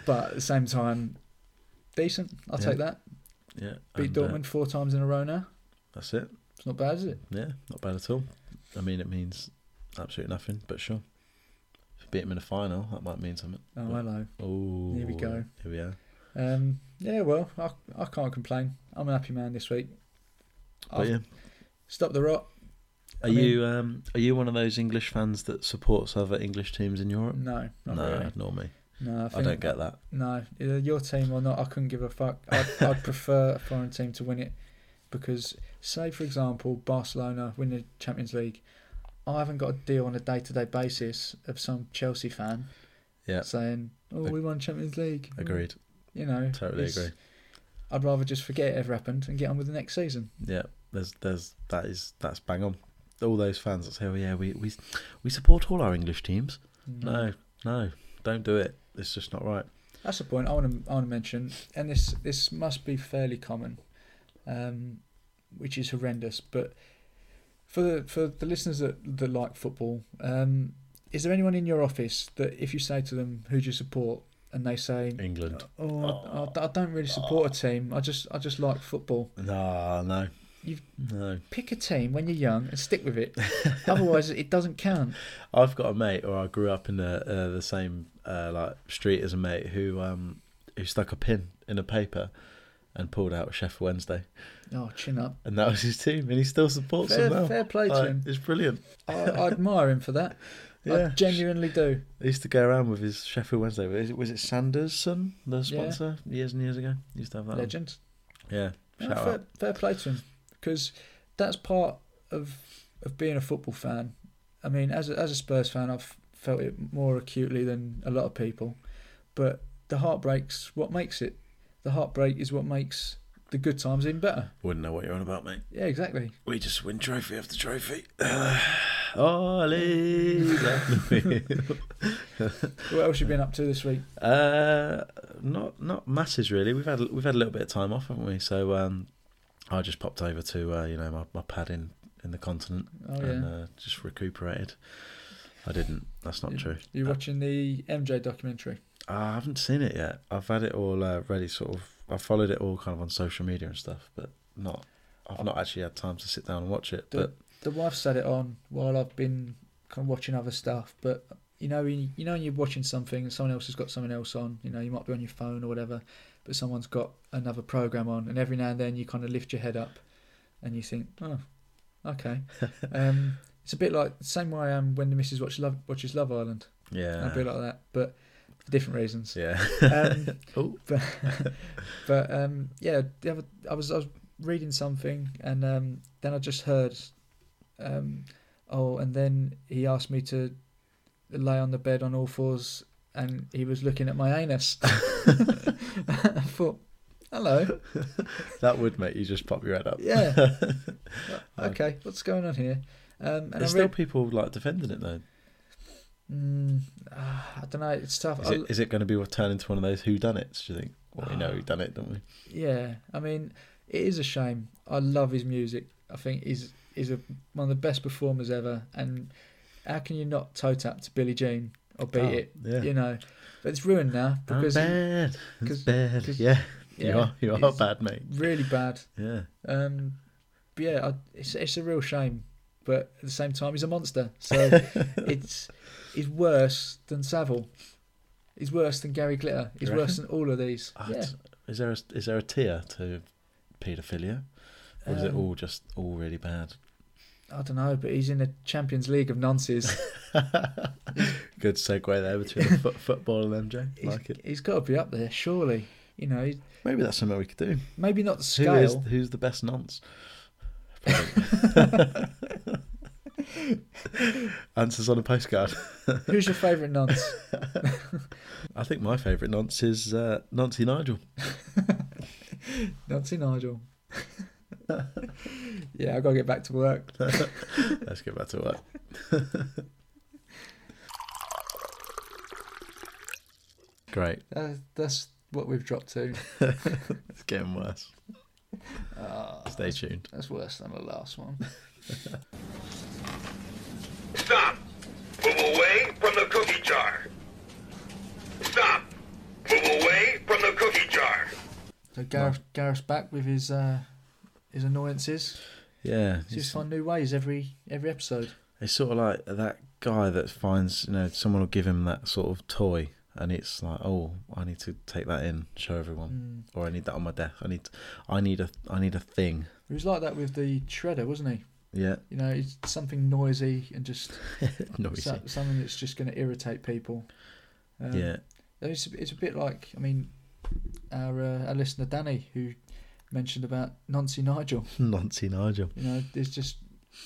Speaker 2: but at the same time, decent. I'll
Speaker 1: Yeah.
Speaker 2: take that.
Speaker 1: Yeah.
Speaker 2: Beat
Speaker 1: and, uh,
Speaker 2: Dortmund four times in a row now.
Speaker 1: that's it.
Speaker 2: It's not bad, is it?
Speaker 1: Yeah, not bad at all. I mean, it means absolutely nothing, but sure. If you beat him in a final, that might mean something.
Speaker 2: Oh
Speaker 1: Yeah.
Speaker 2: hello.
Speaker 1: Oh,
Speaker 2: Here we go.
Speaker 1: Here we are.
Speaker 2: Um, yeah, well, I, I can't complain. I'm an happy man this week.
Speaker 1: But
Speaker 2: I've
Speaker 1: yeah,
Speaker 2: Stop the rot.
Speaker 1: are
Speaker 2: I mean-
Speaker 1: you um, are you one of those English fans that supports other English teams in Europe?
Speaker 2: No, not
Speaker 1: Oh. no,
Speaker 2: really.
Speaker 1: ignore me.
Speaker 2: No, I,
Speaker 1: I
Speaker 2: think,
Speaker 1: don't get that.
Speaker 2: No, either your team or not, I couldn't give a fuck. I'd, I'd prefer a foreign team to win it because, say for example, Barcelona win the Champions League. I haven't got a deal on a day-to-day basis of some Chelsea fan
Speaker 1: Yeah,
Speaker 2: saying, "Oh,
Speaker 1: Ag-
Speaker 2: we won Champions League."
Speaker 1: agreed.
Speaker 2: You know,
Speaker 1: Totally
Speaker 2: it's-
Speaker 1: agree.
Speaker 2: I'd rather just forget it ever happened and get on with the next season.
Speaker 1: Yeah, there's there's that is that's bang on. All those fans that say, "Oh yeah, we we we support all our English teams." No, no, don't do it. It's just not right.
Speaker 2: That's the point I want to I want to mention, and this this must be fairly common, um, which is horrendous. But for the for the listeners that that like football, um, is there anyone in your office that if you say to them who do you support, and they say,
Speaker 1: England.
Speaker 2: "Oh, I, I don't really support a team. I just I just like football."
Speaker 1: No, no.
Speaker 2: You've-
Speaker 1: no.
Speaker 2: Pick a team when you're young and stick with it. Otherwise, it doesn't count.
Speaker 1: I've got a mate, or I grew up in the uh, the same uh, like street as a mate who um who stuck a pin in a paper and pulled out Sheffield Wednesday,
Speaker 2: Oh, chin up.
Speaker 1: and that was his team, and he still supports
Speaker 2: Fair,
Speaker 1: them now.
Speaker 2: fair play to
Speaker 1: Like,
Speaker 2: him.
Speaker 1: It's brilliant.
Speaker 2: I, I admire him for that. I
Speaker 1: Yeah.
Speaker 2: genuinely do.
Speaker 1: He used to go around with his Sheffield Wednesday. Was it, was it Sanderson, the sponsor, years and years ago? He used to have that. on.
Speaker 2: Legend.
Speaker 1: Yeah.
Speaker 2: Yeah,
Speaker 1: Shout
Speaker 2: fair,
Speaker 1: out.
Speaker 2: fair play to him because that's part of of being a football fan. I mean, as a, as a Spurs fan, I've felt it more acutely than a lot of people. But the heartbreak's what makes it. The heartbreak is what makes the good times even better.
Speaker 1: Wouldn't know what you're on about, mate.
Speaker 2: Yeah, exactly.
Speaker 1: We just win trophy after trophy. Ollie.
Speaker 2: What else you been up to this week?
Speaker 1: Uh, not not masses really. We've had we've had a little bit of time off, haven't we? So um, I just popped over to uh, you know my, my pad in in the continent
Speaker 2: Oh yeah,
Speaker 1: and uh, just recuperated. I didn't. That's not
Speaker 2: Yeah.
Speaker 1: true.
Speaker 2: you're watching the MJ documentary.
Speaker 1: I haven't seen it yet. I've had it all uh, ready. Sort of. I followed it all kind of on social media and stuff, but not. I've not actually had time to sit down and watch it.
Speaker 2: The, the wife said it on while I've been kind of watching other stuff. But you know, you, you know, when you're watching something and someone else has got something else on. You know, you might be on your phone or whatever, but someone's got another program on, and every now and then you kind of lift your head up, and you think, oh, okay. um, it's a bit like the same way I am when the missus watch Love, watches Love Island.
Speaker 1: But yeah,
Speaker 2: I'd be like that, but for different reasons
Speaker 1: yeah,
Speaker 2: um,
Speaker 1: Oh.
Speaker 2: but but um, yeah, the other, I was I was reading something and um, then I just heard, um, oh, and then he asked me to lay on the bed on all fours and he was looking at my anus. I thought, hello.
Speaker 1: that would make you just pop your head up.
Speaker 2: Yeah. okay, what's going on here? Um, and I
Speaker 1: There's still
Speaker 2: read-
Speaker 1: people like defending it though.
Speaker 2: Mm, ah, I don't know. It's tough.
Speaker 1: Is
Speaker 2: I- Ah.
Speaker 1: it is it going to be turned into one of those who done it? Do you think? Well, we know who done it, don't we?
Speaker 2: Yeah, I mean, it is a shame. I love his music. I think he's he's a, one of the best performers ever. And how can you not toe tap to Billie Jean or beat
Speaker 1: Oh,
Speaker 2: it?
Speaker 1: yeah.
Speaker 2: You know, but it's ruined now because
Speaker 1: I'm bad. I'm
Speaker 2: 'cause-
Speaker 1: bad.
Speaker 2: 'cause-
Speaker 1: yeah.
Speaker 2: yeah,
Speaker 1: You are you are
Speaker 2: it's-
Speaker 1: bad, mate.
Speaker 2: really bad.
Speaker 1: Yeah.
Speaker 2: Um, but yeah, I, it's it's a real shame. But at the same time, he's a monster. So it's he's worse than Savile. He's worse than Gary Glitter. He's
Speaker 1: You
Speaker 2: worse than all of these.
Speaker 1: Ah,
Speaker 2: yeah.
Speaker 1: it's- Is there a, is there a tier to paedophilia, or is it
Speaker 2: Um,
Speaker 1: all just all really bad?
Speaker 2: I don't know, but he's in the Champions League of nonces.
Speaker 1: Good segue there between the foot, football and MJ.
Speaker 2: He's-
Speaker 1: Like it.
Speaker 2: he's got to be up there, surely. You know, he-
Speaker 1: Maybe that's something we could do.
Speaker 2: maybe not the
Speaker 1: Who is
Speaker 2: scale.
Speaker 1: who's the best nonce? Answers on a postcard.
Speaker 2: Who's your favourite nonce?
Speaker 1: I think my favourite nonce is uh, Nancy Nigel.
Speaker 2: Nancy Nigel. yeah, I've got to get back to work.
Speaker 1: Let's get back to work. Great.
Speaker 2: Uh, that's what we've dropped to.
Speaker 1: It's getting worse.
Speaker 2: Ah,
Speaker 1: Stay tuned.
Speaker 2: that's worse than the last one.
Speaker 9: Stop! Move away from the cookie jar! Stop! Move away from the cookie jar!
Speaker 2: So Gareth, Gareth's back with his uh, his annoyances.
Speaker 1: Yeah.
Speaker 2: He's just
Speaker 1: It's,
Speaker 2: find new ways every every episode.
Speaker 1: it's sort of like that guy that finds, you know, someone will give him that sort of toy and it's like, oh, I need to take that in, show
Speaker 2: Oh. Hmm.
Speaker 1: everyone. Or I need that on my desk. I need I need a I need a thing.
Speaker 2: He was like that with the shredder, wasn't he?
Speaker 1: Yeah.
Speaker 2: You know, it's something noisy and just
Speaker 1: Noisy.
Speaker 2: so- something that's just going to irritate people. Um,
Speaker 1: yeah.
Speaker 2: It's it's a bit like I mean, our uh, our listener Danny who mentioned about Nancy Nigel.
Speaker 1: Nancy Nigel.
Speaker 2: You know, there's just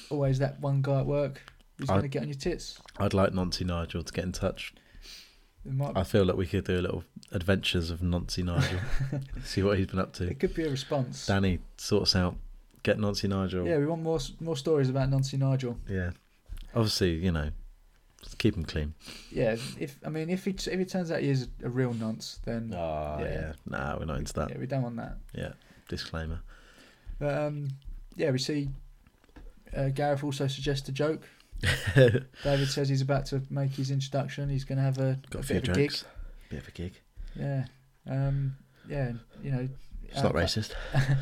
Speaker 2: always that one guy at work who's
Speaker 1: I-
Speaker 2: going to get on your tits.
Speaker 1: I'd like Nancy Nigel to get in touch.
Speaker 2: It might
Speaker 1: I feel like we could do a little adventures of Nancy Nigel. See what he's been up to.
Speaker 2: it could be a response.
Speaker 1: Danny sorts out get Nancy Nigel.
Speaker 2: Yeah, we want more s- more stories about Nancy Nigel.
Speaker 1: Yeah. Obviously, you know, keep him clean.
Speaker 2: Yeah, if I mean if it if it turns out he is a real nonce, then
Speaker 1: Ah,
Speaker 2: yeah.
Speaker 1: Nah, we're not into that.
Speaker 2: yeah, we don't want that.
Speaker 1: Yeah. Disclaimer.
Speaker 2: But um, yeah, we see. Uh, Gareth also suggests a joke. David says he's about to make his introduction. He's going to have a,
Speaker 1: Got a
Speaker 2: a
Speaker 1: few
Speaker 2: bit of a gig.
Speaker 1: jokes. Bit of a gig.
Speaker 2: Yeah. Um, yeah, you know.
Speaker 1: It's not racist.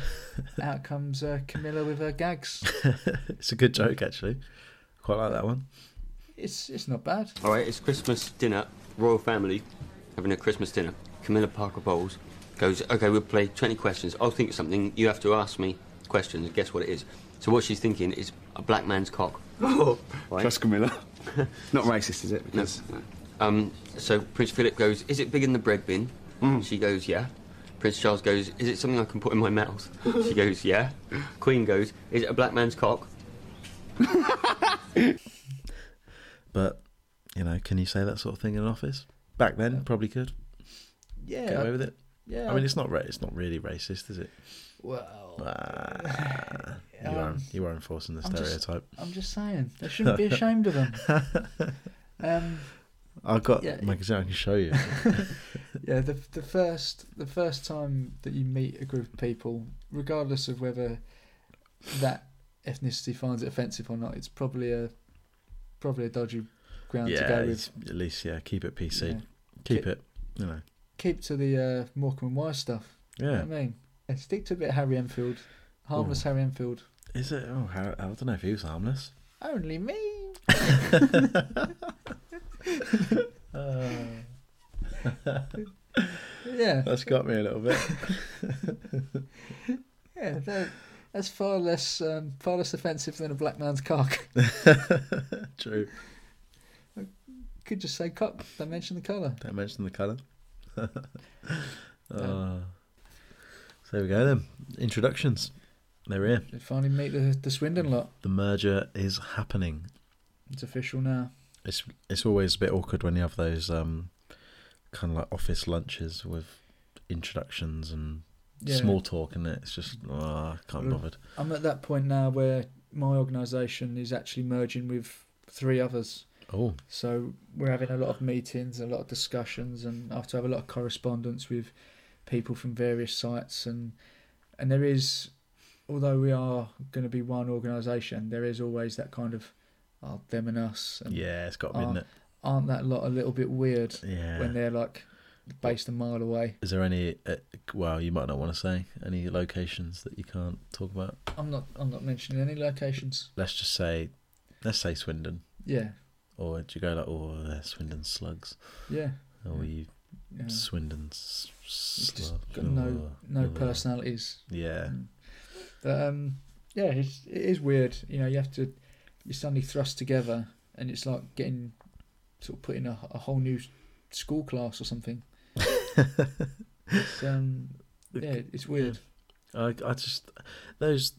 Speaker 2: Out comes uh, Camilla with her gags.
Speaker 1: It's a good joke, actually. Quite like that one.
Speaker 2: It's it's not bad.
Speaker 4: All right, it's Christmas dinner, royal family having a Christmas dinner. Camilla Parker Bowles goes, okay, we'll play 20 questions. I'll think of something. You have to ask me questions and guess what it is. So what she's thinking is a black man's cock. Right?
Speaker 6: Trust Camilla. Not racist, is it?
Speaker 4: No.
Speaker 6: Because
Speaker 4: Um, so Prince Philip goes, is it big in the bread bin?
Speaker 10: Mm.
Speaker 4: She goes, yeah. Prince Charles goes, is it something I can put in my mouth? she goes, yeah. Queen goes, is it a black man's cock?
Speaker 1: But, you know, can you say that sort of thing in an office? Back then, probably could.
Speaker 2: Yeah.
Speaker 1: Get away with it.
Speaker 2: Yeah.
Speaker 1: I mean, it's not ra- it's not really racist, is it?
Speaker 2: well,
Speaker 1: Ah, you are
Speaker 2: um,
Speaker 1: you are enforcing the
Speaker 2: I'm just-
Speaker 1: stereotype.
Speaker 2: I'm just saying they shouldn't be ashamed of them. Um,
Speaker 1: I've got
Speaker 2: yeah.
Speaker 1: magazine I can show you.
Speaker 2: yeah. The the first the first time that you meet a group of people, regardless of whether that ethnicity finds it offensive or not, it's probably a probably a dodgy ground to
Speaker 1: yeah,
Speaker 2: go with.
Speaker 1: it's- at least yeah, keep it PC,
Speaker 2: Yeah.
Speaker 1: keep
Speaker 2: Ki-
Speaker 1: it. You know,
Speaker 2: Keep to the uh, Morecambe and Wise stuff.
Speaker 1: yeah.
Speaker 2: know what I mean? Yeah, stick to a bit of Harry Enfield. Harmless Harry Enfield.
Speaker 1: Is it? Oh, how, I don't know if he was harmless.
Speaker 2: Only me. yeah,
Speaker 1: That's got me a little bit.
Speaker 2: yeah. that- that's far less um, far less offensive than a black man's cock.
Speaker 1: True.
Speaker 2: Could just say cock. Don't mention the colour.
Speaker 1: Don't mention the colour.
Speaker 2: Um,
Speaker 1: uh, so there we go then. Introductions. They're here.
Speaker 2: They finally meet the the Swindon lot.
Speaker 1: The merger is happening.
Speaker 2: It's official now.
Speaker 1: It's it's always a bit awkward when you have those um kind of like office lunches with introductions and
Speaker 2: Yeah.
Speaker 1: small talk, and it's just oh, I can't be
Speaker 2: Well,
Speaker 1: bothered.
Speaker 2: I'm at that point now where my organisation is actually merging with three others.
Speaker 1: Oh,
Speaker 2: So we're having a lot of meetings, a lot of discussions, and I have to have a lot of correspondence with people from various sites. And and there is, although we are going to be one organisation, there is always that kind of oh, them and us. And
Speaker 1: yeah, it's got to be,
Speaker 2: are-
Speaker 1: isn't it?
Speaker 2: Aren't that lot a little bit weird
Speaker 1: Yeah.
Speaker 2: Ah, when they're like based a mile away?
Speaker 1: Is there any? Uh, well, you might not want to say any locations that you can't talk about.
Speaker 2: I'm not. I'm not mentioning any locations.
Speaker 1: Let's just say, let's say Swindon.
Speaker 2: Yeah.
Speaker 1: Or do you go like, oh, they're Swindon slugs?
Speaker 2: Yeah.
Speaker 1: Or you
Speaker 2: Yeah.
Speaker 1: Swindon s- slug?
Speaker 2: Got no
Speaker 1: Oh,
Speaker 2: no
Speaker 1: oh.
Speaker 2: personalities.
Speaker 1: Yeah.
Speaker 2: But um, yeah, it's, it is weird. You know, you have to you're suddenly thrust together, and it's like getting sort of put in a, a whole new school class or something. it's, um, yeah, it's weird.
Speaker 1: I, I just those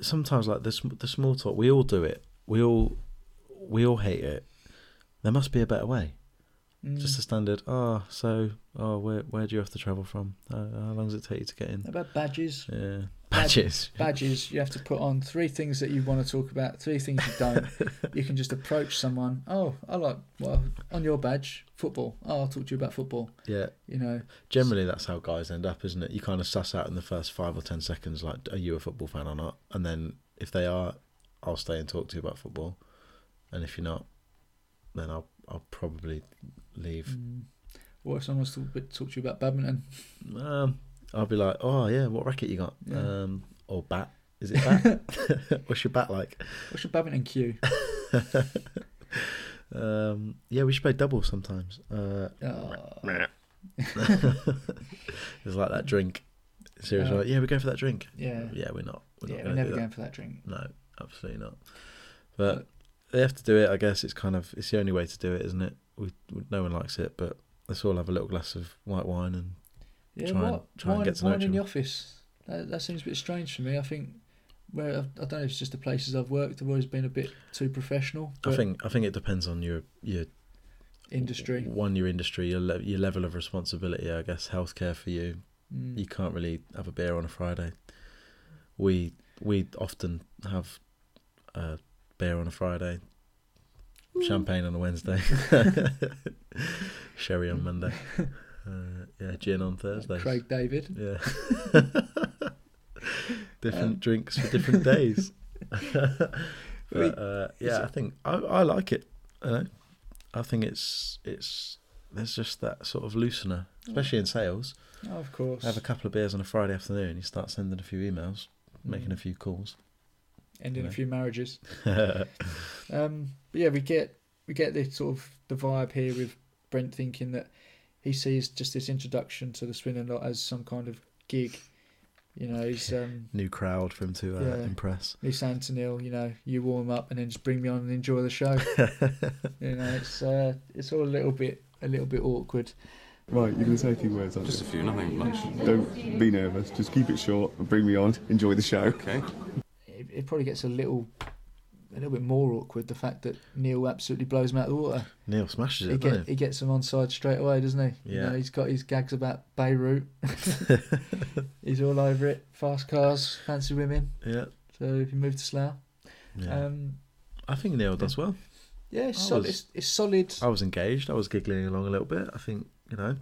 Speaker 1: sometimes like this the small talk we all do it we all we all hate it there must be a better way
Speaker 2: Mm.
Speaker 1: just a standard ah so oh where where do you have to travel from how, how long does it take you to get in
Speaker 2: How about badges?
Speaker 1: yeah
Speaker 2: Bad-
Speaker 1: badges
Speaker 2: Badges. You have to put on three things that you want to talk about, three things you don't. you can just approach someone. Oh, I like well on your badge football. Oh, I'll talk to you about football.
Speaker 1: yeah
Speaker 2: You know.
Speaker 1: generally that's how guys end up isn't it you kind of suss out in the first five or ten seconds like are you a football fan or not and then if they are I'll stay and talk to you about football and if you're not then I'll I'll probably leave
Speaker 2: Mm. What if someone's talk, talk to you about badminton?
Speaker 1: Um, I'll be like, oh yeah, what racket you got?
Speaker 2: Mm. Yeah.
Speaker 1: Um, or bat? Is it bat? What's your bat like?
Speaker 2: What's your badminton cue?
Speaker 1: Um, yeah, we should play double sometimes. Uh,
Speaker 2: Oh,
Speaker 1: it's like that drink. Seriously,
Speaker 2: Yeah.
Speaker 1: like, yeah, we're going for that drink.
Speaker 2: Yeah.
Speaker 1: yeah, we're not. We're not gonna
Speaker 2: yeah, we're
Speaker 1: do
Speaker 2: never
Speaker 1: that.
Speaker 2: going for that drink.
Speaker 1: No, absolutely not. But they have to do it. I guess it's kind of it's the only way to do it, isn't it? We, we no one likes it, but let's all have a little glass of white wine and
Speaker 2: Yeah,
Speaker 1: try and
Speaker 2: what?
Speaker 1: try
Speaker 2: wine,
Speaker 1: and get to know
Speaker 2: wine
Speaker 1: each
Speaker 2: in the
Speaker 1: other.
Speaker 2: office. That, that seems a bit strange for me. I think where I've, I don't know if it's just the places I've worked. I've always been a bit too professional.
Speaker 1: I
Speaker 2: but
Speaker 1: think I think it depends on your your
Speaker 2: industry.
Speaker 1: one your industry your, le- your level of responsibility i guess healthcare for you
Speaker 2: Mm.
Speaker 1: you can't really have a beer on a friday we we often have a beer on a friday champagne on a wednesday sherry on monday uh, yeah gin on thursday
Speaker 2: Craig David.
Speaker 1: yeah different drinks for different days but, uh, yeah i think i, I like it you know? i think it's it's there's just that sort of loosener especially in sales
Speaker 2: Oh, of course.
Speaker 1: have a couple of beers on a friday afternoon you start sending a few emails
Speaker 2: Mm.
Speaker 1: making a few calls
Speaker 2: Ending
Speaker 1: Yeah.
Speaker 2: a few marriages. Um, but yeah, we get we get this sort of the vibe here with Brent thinking that he sees just this introduction to the Swindon lot as some kind of gig. You know, he's um,
Speaker 1: new crowd for him to uh,
Speaker 2: Yeah.
Speaker 1: impress
Speaker 2: He's saying to Neil, you know, you warm up and then just bring me on and enjoy the show. you know, it's uh, it's all a little bit a little bit awkward.
Speaker 6: Right, you're going to say a few words, aren't
Speaker 8: Just a few, nothing much.
Speaker 6: you? Don't be nervous. Just keep it short and bring me on. Enjoy the show.
Speaker 8: Okay.
Speaker 2: It, it probably gets a little a little bit more awkward the fact that Neil absolutely blows him out of the water.
Speaker 1: neil smashes
Speaker 2: he,
Speaker 1: it
Speaker 2: get,
Speaker 1: doesn't
Speaker 2: he gets him onside straight away, doesn't he? You
Speaker 1: Yeah.
Speaker 2: know, he's got his gags about Beirut. he's all over it. Fast cars, fancy women.
Speaker 1: he yeah
Speaker 2: So if you move to Slough,
Speaker 1: yeah
Speaker 2: um,
Speaker 1: i think neil does well
Speaker 2: yeah, it's,
Speaker 1: I
Speaker 2: sol-
Speaker 1: was-
Speaker 2: it's, it's solid.
Speaker 1: i was engaged i was giggling along a little bit i think you know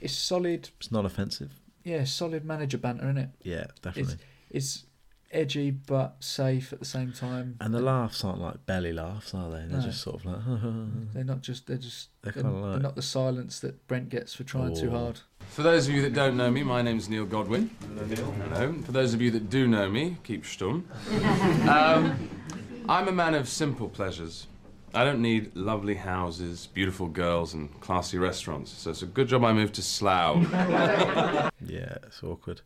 Speaker 2: It's solid.
Speaker 1: it's not offensive
Speaker 2: Yeah, solid manager banter, isn't it?
Speaker 1: yeah definitely
Speaker 2: It's edgy but safe at the same time.
Speaker 1: And the laughs aren't like belly laughs, are they? They're
Speaker 2: No.
Speaker 1: just sort of like,
Speaker 2: They're not just. They're just.
Speaker 1: They're
Speaker 2: They're,
Speaker 1: kinda like-
Speaker 2: they're not the silence that Brent gets for trying too
Speaker 1: Oh.
Speaker 2: hard.
Speaker 8: For those of you that don't know me, my name's Neil Godwin. Hello, Neil. For those of you that do know me, keep stum. um, I'm a man of simple pleasures. I don't need lovely houses, beautiful girls, and classy restaurants. So it's a good job I moved to Slough.
Speaker 1: yeah, it's awkward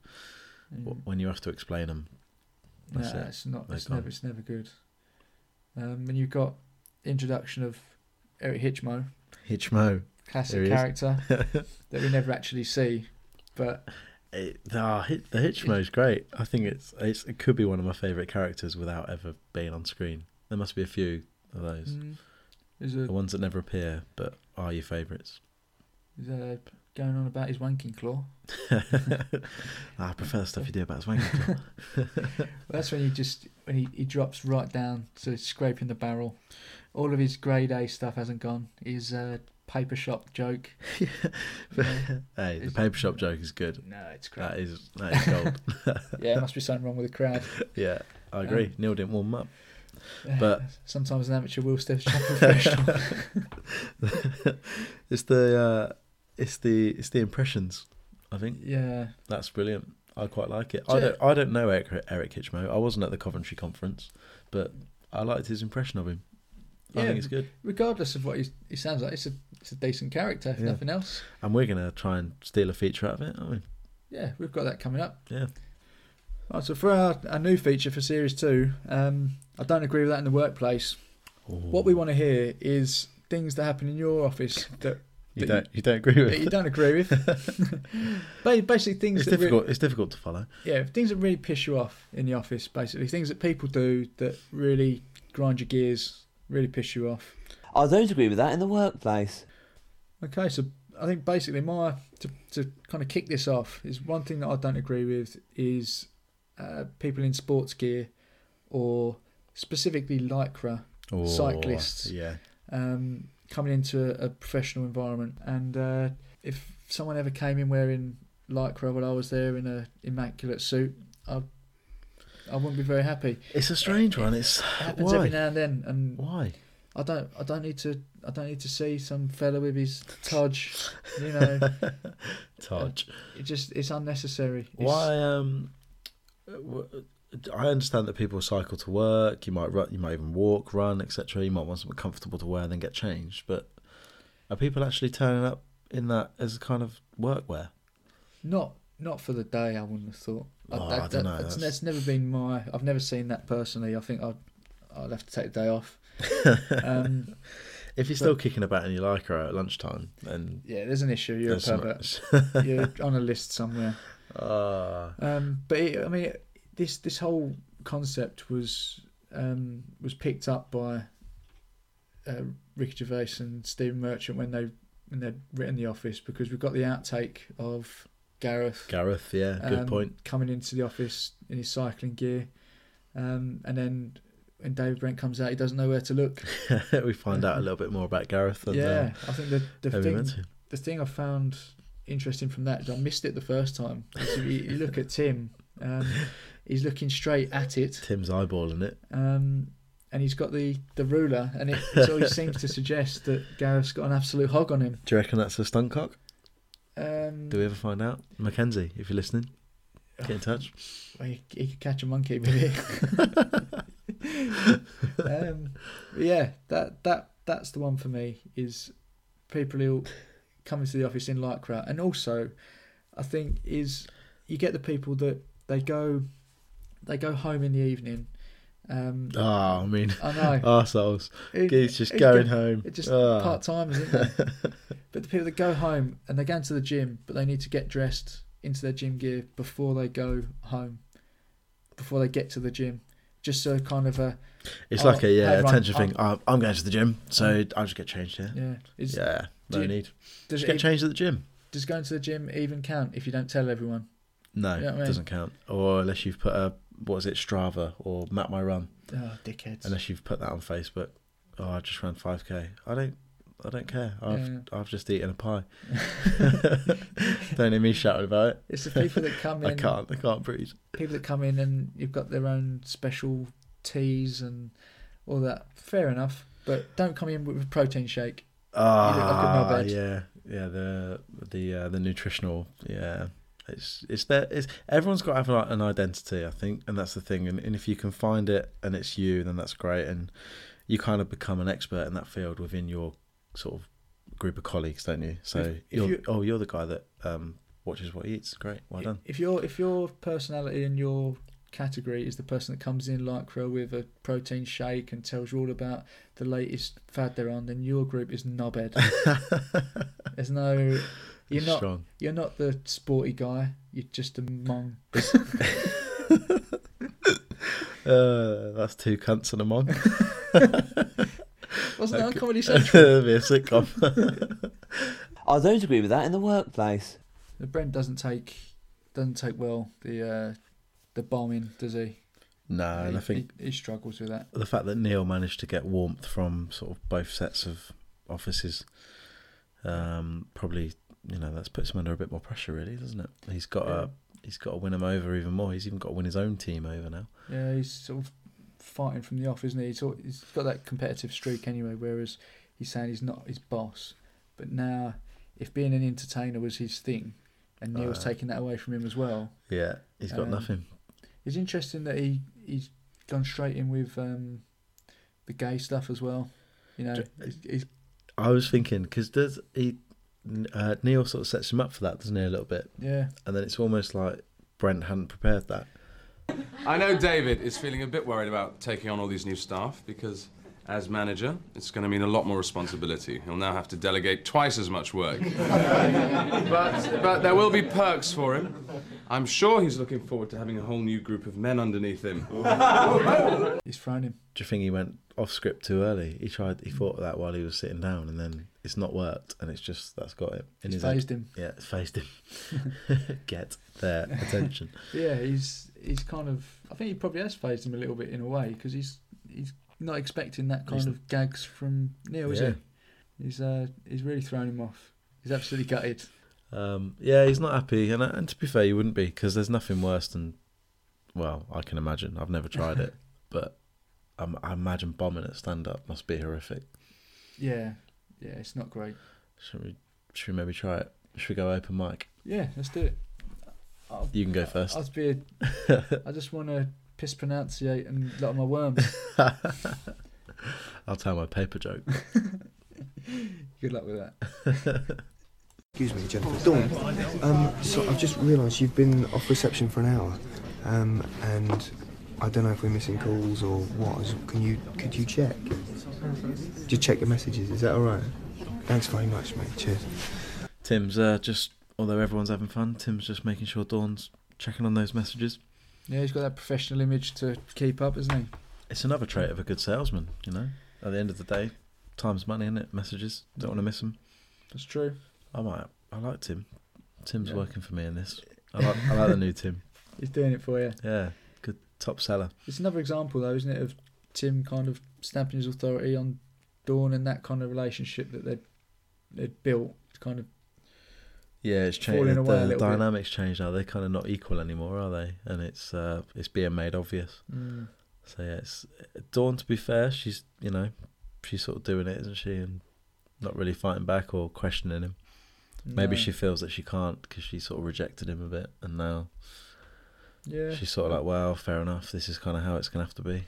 Speaker 2: Mm.
Speaker 1: Wh- when you have to explain them. That's
Speaker 2: no,
Speaker 1: it.
Speaker 2: it's not.
Speaker 1: They're
Speaker 2: It's never.
Speaker 1: gone.
Speaker 2: It's never good. Um, and you've got introduction of Eric Hitchmo,
Speaker 1: Hitchmo. There
Speaker 2: classic
Speaker 1: he is.
Speaker 2: character that we never actually see, but
Speaker 1: It, ah, Hit- the Hitchmo's great. I think it's, it's it could be one of my favourite characters without ever being on screen. There must be a few of those.
Speaker 2: mm, there's a
Speaker 1: The ones that never appear but are your favourites.
Speaker 2: He's uh, going on about his wanking claw.
Speaker 1: I prefer the stuff you do about his wanking claw.
Speaker 2: That's when he just when he, he drops right down to scraping the barrel. All of his grade A stuff hasn't gone. His uh, paper shop joke.
Speaker 1: hey, the paper shop joke is good.
Speaker 2: No, it's crap.
Speaker 1: That is that is gold.
Speaker 2: yeah, must be something wrong with the crowd.
Speaker 1: yeah, I agree.
Speaker 2: Um,
Speaker 1: Neil didn't warm up, but
Speaker 2: Sometimes an amateur will step up a professional.
Speaker 1: it's the uh, it's the it's the impressions. I think
Speaker 2: yeah.
Speaker 1: that's brilliant. I quite like it. I don't I don't know Eric, Eric Hitchmo. I wasn't at the Coventry conference, but I liked his impression of him. I
Speaker 2: Yeah.
Speaker 1: think it's good.
Speaker 2: Regardless of what he's, he sounds like, it's a it's a decent character, if
Speaker 1: Yeah.
Speaker 2: nothing else.
Speaker 1: And we're gonna try and steal a feature out of it, aren't we?
Speaker 2: Yeah, we've got that coming up.
Speaker 1: Yeah.
Speaker 2: Right, Oh, so for our, our new feature for series two, um, I don't agree with that in the workplace. What we want to hear is things that happen in your office that
Speaker 1: You
Speaker 2: that
Speaker 1: don't you don't agree with?
Speaker 2: that you don't agree with. Ba- basically, things
Speaker 1: it's
Speaker 2: that re-
Speaker 1: difficult. It's difficult to follow.
Speaker 2: yeah, things that really piss you off in the office. Basically, things that people do that really grind your gears, really piss you off.
Speaker 11: I don't agree with that in the workplace.
Speaker 2: Okay, so I think basically my to to kind of kick this off is one thing that I don't agree with is uh, people in sports gear or specifically lycra
Speaker 1: Or-
Speaker 2: cyclists
Speaker 1: Oh, Yeah.
Speaker 2: um, coming into a, a professional environment. And uh, if someone ever came in wearing lycra while I was there in a immaculate suit, I I wouldn't be very happy.
Speaker 1: It's a strange one. It's
Speaker 2: It happens
Speaker 1: why?
Speaker 2: every now and then, and
Speaker 1: why?
Speaker 2: I don't I don't need to I don't need to see some fella with his Todge, you know.
Speaker 1: Todge.
Speaker 2: It just it's unnecessary. It's-
Speaker 1: Why? Um, w- uh, I understand that people cycle to work. You might run, you might even walk, run, etc. You might want something comfortable to wear and then get changed. But are people actually turning up in that as a kind of workwear?
Speaker 2: Not not for the day. I wouldn't have thought.
Speaker 1: Oh, I dunno,
Speaker 2: That's,
Speaker 1: that's-
Speaker 2: that's never been my. I've never seen that personally. I think I'd I'd have to take the day off. um,
Speaker 1: If you're
Speaker 2: but-
Speaker 1: still kicking about in your lycra at lunchtime, then
Speaker 2: yeah, there's an issue. You're a
Speaker 1: There's some-
Speaker 2: pervert. You're on a list somewhere.
Speaker 1: Ah.
Speaker 2: Um, but it, I mean, it- this this whole concept was um, was picked up by uh, Ricky Gervais and Stephen Merchant when they when they'd written The Office because we've got the outtake of Gareth.
Speaker 1: Gareth, yeah, good
Speaker 2: um,
Speaker 1: point.
Speaker 2: Coming into the office in his cycling gear, um, and then when David Brent comes out, he doesn't know where to look.
Speaker 1: we find out a little bit more about Gareth. And,
Speaker 2: yeah,
Speaker 1: uh,
Speaker 2: I think the the
Speaker 1: than we meant
Speaker 2: thing
Speaker 1: to.
Speaker 2: the thing I found interesting from that is I missed it the first time. Is you, you look at Tim, um, he's looking straight at it,
Speaker 1: Tim's eyeballing it.
Speaker 2: um, and he's got the the ruler, and it it always seems to suggest that Gareth's got an absolute hog on him.
Speaker 1: Do you reckon that's a stunt cock?
Speaker 2: Um,
Speaker 1: Do we ever find out? Mackenzie, if you're listening, get in touch.
Speaker 2: Well, he, he could catch a monkey with it. um, but yeah, that that that's the one for me. Is people who come into the office in lycra, and also, I think is you get the people that they go, they go home in the evening. Um,
Speaker 1: Ah, I mean,
Speaker 2: I know.
Speaker 1: arseholes.
Speaker 2: It-
Speaker 1: He's just
Speaker 2: it's
Speaker 1: going
Speaker 2: good.
Speaker 1: home.
Speaker 2: It's just
Speaker 1: Ah.
Speaker 2: part time, isn't it? but the people that go home and they go into the gym, but they need to get dressed into their gym gear before they go home, before they get to the gym, just so kind of a.
Speaker 1: It's
Speaker 2: oh,
Speaker 1: like a yeah
Speaker 2: hey, right,
Speaker 1: attention
Speaker 2: I'm-
Speaker 1: thing. I'm, I'm going to the gym, so I'll just get changed here.
Speaker 2: Yeah. Is-
Speaker 1: yeah.
Speaker 2: do
Speaker 1: No
Speaker 2: you-
Speaker 1: need.
Speaker 2: does
Speaker 1: Just
Speaker 2: it
Speaker 1: get
Speaker 2: ev-
Speaker 1: changed at the gym.
Speaker 2: Does going to the gym even count if you don't tell everyone?
Speaker 1: No,
Speaker 2: You know what I mean?
Speaker 1: doesn't count. Or unless you've put a what is it Strava or Map My Run.
Speaker 2: Oh, dickheads.
Speaker 1: Unless you've put that on Facebook. Oh, I just ran five k. I don't. I don't care. I've
Speaker 2: Yeah.
Speaker 1: I've just eaten a pie. don't need me shouting about it.
Speaker 2: It's the people that come
Speaker 1: I
Speaker 2: in-
Speaker 1: can't. I can't breathe.
Speaker 2: People that come in and you've got their own special teas and all that. Fair enough, but don't come in with a protein shake. you look like a
Speaker 1: Ah,
Speaker 2: knobhead.
Speaker 1: yeah, yeah. The the uh, the nutritional, yeah. It's it's there. It's everyone's got to have like, an identity, I think, and that's the thing. And, and if you can find it and it's you, then that's great. And you kind of become an expert in that field within your sort of group of colleagues, don't you? So
Speaker 2: If- if
Speaker 1: you're,
Speaker 2: you-
Speaker 1: oh, you're the guy that um, watches what he eats. Great, well done.
Speaker 2: If your if your personality and your category is the person that comes in lycra with a protein shake and tells you all about the latest fad they're on, then your group is knobhead. There's no, you're
Speaker 1: It's
Speaker 2: not
Speaker 1: strong.
Speaker 2: you're not the sporty guy. You're just a mong.
Speaker 1: Uh, that's two cunts and a mong.
Speaker 2: Wasn't that on Comedy
Speaker 1: could-
Speaker 2: Central?
Speaker 1: That'd be a sitcom.
Speaker 11: I don't agree with that in the workplace.
Speaker 2: Brent doesn't take doesn't take well the uh, the bombing, does he?
Speaker 1: No,
Speaker 2: he,
Speaker 1: Uh, and I think
Speaker 2: he, he struggles with that.
Speaker 1: the fact that Neil managed to get warmth from sort of both sets of offices, um, probably you know that's puts him under a bit more pressure, really, doesn't it? He's got
Speaker 2: Yeah.
Speaker 1: a he's got to win him over even more. He's even got to win his own team over now.
Speaker 2: Yeah, he's sort of fighting from the off, isn't he? He's, al- he's got that competitive streak anyway. Whereas he's saying he's not his boss, but now if being an entertainer was his thing, and Neil's
Speaker 1: Uh,
Speaker 2: taking that away from him as well.
Speaker 1: Yeah, he's got
Speaker 2: um,
Speaker 1: nothing.
Speaker 2: It's interesting that he he's gone straight in with um, the gay stuff as well. You know, he's, he's
Speaker 1: I was thinking because does he uh, Neil sort of sets him up for that, doesn't he? A little bit.
Speaker 2: Yeah.
Speaker 1: And then it's almost like Brent hadn't prepared that.
Speaker 8: I know David is feeling a bit worried about taking on all these new staff because, as manager, it's going to mean a lot more responsibility. He'll now have to delegate twice as much work. but, but there will be perks for him. I'm sure he's looking forward to having a whole new group of men underneath him.
Speaker 2: he's thrown him.
Speaker 1: Do you think he went off script too early? He tried, he thought of that while he was sitting down, and then it's not worked, and it's just that's got it in
Speaker 2: It's
Speaker 1: his head.
Speaker 2: phased him.
Speaker 1: Yeah, it's phased him. Get their attention.
Speaker 2: Yeah, he's he's kind of. I think he probably has phased him a little bit in a way because he's he's not expecting that kind
Speaker 1: He's-
Speaker 2: of gags from Neil, is
Speaker 1: Yeah.
Speaker 2: he? He's uh he's really thrown him off. He's absolutely gutted.
Speaker 1: Um, yeah, he's not happy, and uh, and to be fair, you wouldn't be because there's nothing worse than, well, I can imagine. I've never tried it, but i I imagine bombing at stand up must be horrific.
Speaker 2: Yeah, yeah, it's not great.
Speaker 1: Should we? Should we maybe try it? Should we go open mic?
Speaker 2: Yeah, let's do it. I'll,
Speaker 1: You can go first.
Speaker 2: I'll be a, I just want to piss pronunciate and let out my worms.
Speaker 1: I'll tell my paper joke.
Speaker 2: Good luck with that.
Speaker 5: Excuse me, Jennifer. Dawn, um, so I've just realised you've been off reception for an hour, um, and I don't know if we're missing calls or what. Is- Can you could you check? Just check your messages. Is that all right? Thanks very much, mate. Cheers.
Speaker 1: Tim's uh, just, although everyone's having fun, Tim's just making sure Dawn's checking on those messages.
Speaker 2: Yeah, he's got that professional image to keep up, isn't he?
Speaker 1: It's another trait of a good salesman, you know. At the end of the day, time's money, is it? Messages, don't want to miss them.
Speaker 2: That's true.
Speaker 1: I might, I like Tim. Tim's
Speaker 2: Yeah.
Speaker 1: working for me in this. I like, I like the new Tim.
Speaker 2: He's doing it for you.
Speaker 1: Yeah, good top seller.
Speaker 2: It's another example, though, isn't it, of Tim kind of stamping his authority on Dawn and that kind of relationship that they'd, they'd built. It's Kind of,
Speaker 1: Yeah, it's changed.
Speaker 2: Falling
Speaker 1: The,
Speaker 2: away a
Speaker 1: the
Speaker 2: little bit.
Speaker 1: dynamics changed now. They're kind of not equal anymore, are they? And it's uh, it's being made obvious.
Speaker 2: Mm.
Speaker 1: So yeah, it's Dawn. To be fair, she's you know she's sort of doing it, isn't she? And not really fighting back or questioning him. Maybe
Speaker 2: No.
Speaker 1: she feels that she can't because she sort of rejected him a bit, and now
Speaker 2: Yeah.
Speaker 1: she's sort of like, well, fair enough. This is kind of how it's gonna have to be.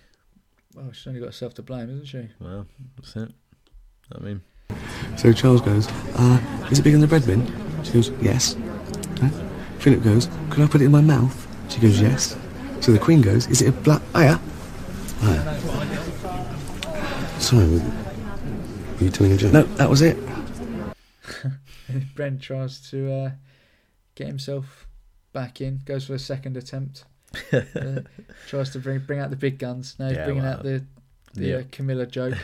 Speaker 2: well, she's only got herself to blame, isn't she?
Speaker 1: Well, that's it. I mean,
Speaker 6: So Charles goes, uh, is it bigger than the bread bin? She goes, yes. Huh? Philip goes, could I put it in my mouth? She goes, yes. So the Queen goes, is it a black aya? Aya. Sorry, were were you telling a joke? No, that was it.
Speaker 2: Brent tries to uh, get himself back in, goes for a second attempt, uh, tries to bring bring out the big guns. Now he's
Speaker 1: Yeah,
Speaker 2: bringing
Speaker 1: well,
Speaker 2: out the the
Speaker 1: yeah.
Speaker 2: uh, Camilla joke.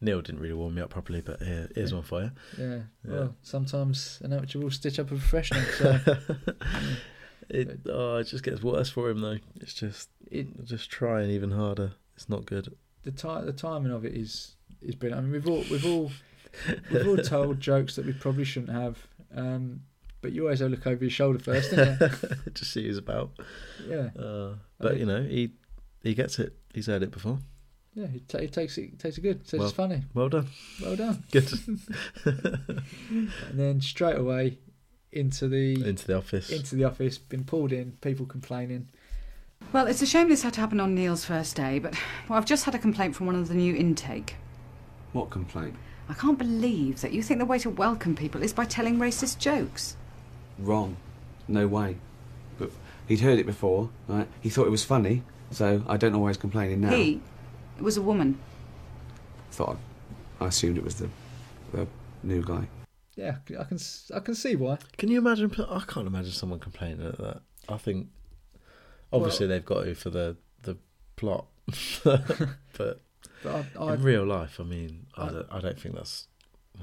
Speaker 1: Neil didn't really warm me up properly, but here, here's one for you.
Speaker 2: Yeah.
Speaker 1: Yeah.
Speaker 2: Well, sometimes an amateur will stitch up a professional. So
Speaker 1: It, oh, it just gets worse for him though. It's just just trying even harder. It's not good.
Speaker 2: the ti the timing of it is is brilliant. I mean, we've all we've all we've all told jokes that we probably shouldn't have. Um, but you always have a look over your shoulder first, don't you?
Speaker 1: just see who's about.
Speaker 2: Yeah.
Speaker 1: Uh,
Speaker 2: I
Speaker 1: but
Speaker 2: mean-
Speaker 1: you know, he he gets it. He's heard it before.
Speaker 2: yeah. He, ta he takes it he takes it good. Says
Speaker 1: Well-
Speaker 2: it's funny.
Speaker 1: Well done.
Speaker 2: Well done.
Speaker 1: Good.
Speaker 2: And then straight away into the
Speaker 1: Into the office.
Speaker 2: into the office, been pulled in, people complaining.
Speaker 12: Well, it's a shame this had to happen on Neil's first day, but well, I've just had a complaint from one of the new intake.
Speaker 8: What complaint?
Speaker 12: I can't believe that you think the way to welcome people is by telling racist jokes.
Speaker 13: Wrong. No way. But he'd heard it before, right? He thought it was funny, so I don't know why he's complaining now.
Speaker 12: He it was a woman.
Speaker 13: Thought I, I assumed it was the, the new guy.
Speaker 2: Yeah, I can s- I can see why.
Speaker 1: Can you imagine? I can't imagine someone complaining at that. I think obviously they've got to for the the plot, but,
Speaker 2: But I- I-
Speaker 1: in real life, I mean, I,
Speaker 2: I-
Speaker 1: don't, I don't think that's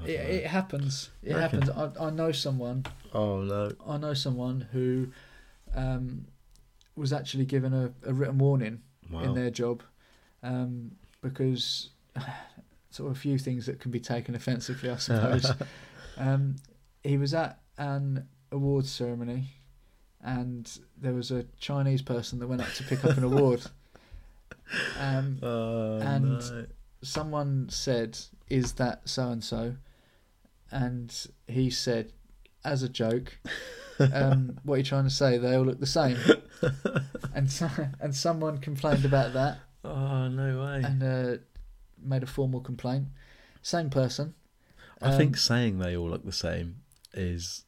Speaker 2: It, it happens. It
Speaker 1: I reckon.
Speaker 2: happens. I, I know someone.
Speaker 1: Oh no.
Speaker 2: I know someone who um, was actually given a, a written warning
Speaker 1: Wow.
Speaker 2: in their job um, because sort of a few things that can be taken offensively, I suppose. um, he was at an awards ceremony and there was a Chinese person that went up to pick up an award. Um, and
Speaker 1: Oh, no.
Speaker 2: someone said, Is that so and so? And he said, As a joke, um, What are you trying to say? They all look the same. and, so, and someone complained about that.
Speaker 1: Oh, no way.
Speaker 2: And uh, made a formal complaint. Same person.
Speaker 1: I
Speaker 2: Um,
Speaker 1: think saying they all look the same is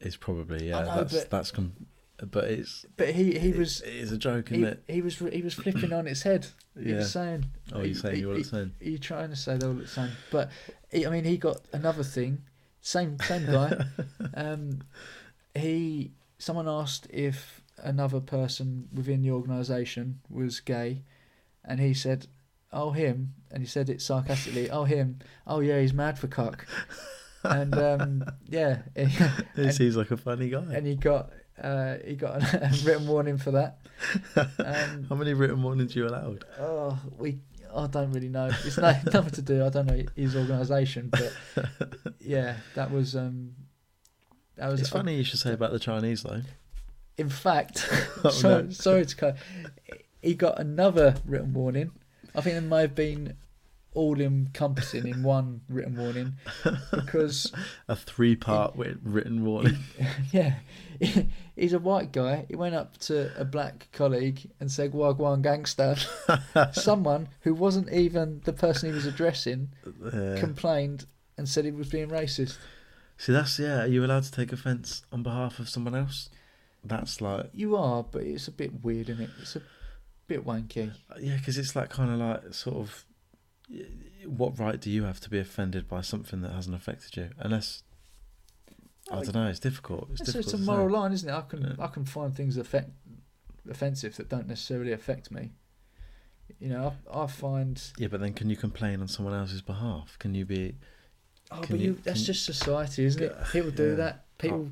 Speaker 1: is probably yeah.
Speaker 2: know,
Speaker 1: that's
Speaker 2: but-
Speaker 1: that's com- but it's
Speaker 2: But he, he
Speaker 1: it-
Speaker 2: was.
Speaker 1: it is a joke,
Speaker 2: he,
Speaker 1: isn't it?
Speaker 2: He was he was flipping on its head. He
Speaker 1: Yeah.
Speaker 2: was saying.
Speaker 1: Oh, you're
Speaker 2: he-
Speaker 1: saying
Speaker 2: he-
Speaker 1: you all look the
Speaker 2: he-
Speaker 1: same.
Speaker 2: You're trying to say they all look the same, but he, I mean, he got another thing. Same same guy. um, he someone asked if another person within the organisation was gay, and he said, "Oh him," and he said it sarcastically. "Oh him. Oh yeah, he's mad for cock." And um, yeah,
Speaker 1: He
Speaker 2: and-
Speaker 1: seems like a funny guy.
Speaker 2: and he got uh, he got a written warning for that. Um,
Speaker 1: How many written warnings are you allowed?
Speaker 2: oh, we I don't really know. It's no, nothing to do. I don't know his organisation, but yeah, that was um, that was
Speaker 1: It's funny you should say about the Chinese though.
Speaker 2: In fact,
Speaker 1: Oh,
Speaker 2: sorry,
Speaker 1: no.
Speaker 2: sorry to cut. He got another written warning. I think it may have been all encompassing in one written warning because
Speaker 1: A three-part wi- written warning.
Speaker 2: yeah, he's a white guy. He went up to a black colleague and said "Wagwan gangster." Uh, Someone who wasn't even the person he was addressing
Speaker 1: Yeah.
Speaker 2: complained and said he was being racist.
Speaker 1: See, that's yeah. Are you allowed to take offence on behalf of someone else? That's like
Speaker 2: You are, but it's a bit weird, isn't it? It's a bit wanky.
Speaker 1: Yeah, because it's like kind of like sort of y- what right do you have to be offended by something that hasn't affected you? Unless I
Speaker 2: Well,
Speaker 1: don't know, it's difficult. It's
Speaker 2: It's,
Speaker 1: difficult.
Speaker 2: it's a
Speaker 1: to
Speaker 2: moral
Speaker 1: say.
Speaker 2: line, isn't it? I can I can find things affect offensive that don't necessarily affect me. You know, I, I find
Speaker 1: Yeah, but then can you complain on someone else's behalf? Can you be?
Speaker 2: oh,
Speaker 1: can
Speaker 2: but you, that's
Speaker 1: can-
Speaker 2: just society, isn't it? People do
Speaker 1: Yeah.
Speaker 2: that. People.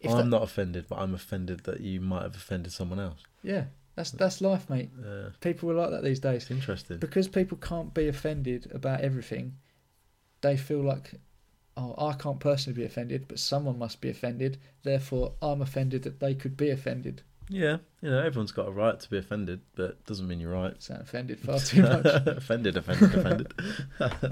Speaker 2: if
Speaker 1: I'm
Speaker 2: that-
Speaker 1: not offended, but I'm offended that you might have offended someone else.
Speaker 2: Yeah, that's that's life, mate.
Speaker 1: Yeah.
Speaker 2: People are like that these days.
Speaker 1: Interesting.
Speaker 2: Because people can't be offended about everything, they feel like, oh, I can't personally be offended, but someone must be offended. Therefore, I'm offended that they could be offended.
Speaker 1: Yeah, you know, everyone's got a right to be offended, but doesn't mean you're right.
Speaker 2: Sound offended far too much.
Speaker 1: offended, offended, offended.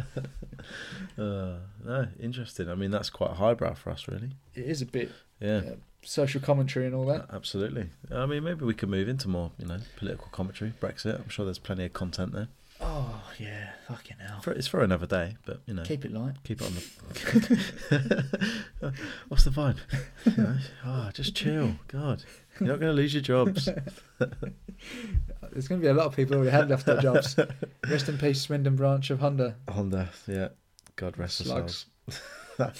Speaker 1: uh, no, interesting. I mean, that's quite highbrow for us, really.
Speaker 2: It is a bit
Speaker 1: Yeah.
Speaker 2: uh, social commentary and all that.
Speaker 1: Absolutely. I mean, maybe we could move into more, you know, political commentary, Brexit. I'm sure there's plenty of content there.
Speaker 2: Oh yeah, fucking hell.
Speaker 1: For, it's for another day, but you know,
Speaker 2: Keep it light.
Speaker 1: Keep it on the. What's the vibe? You know, oh, just chill. God, you're not going to lose your jobs.
Speaker 2: There's going to be a lot of people who had left their jobs. Rest in peace, Swindon branch of Honda.
Speaker 1: Honda, yeah. God rest
Speaker 2: Slugs.
Speaker 1: their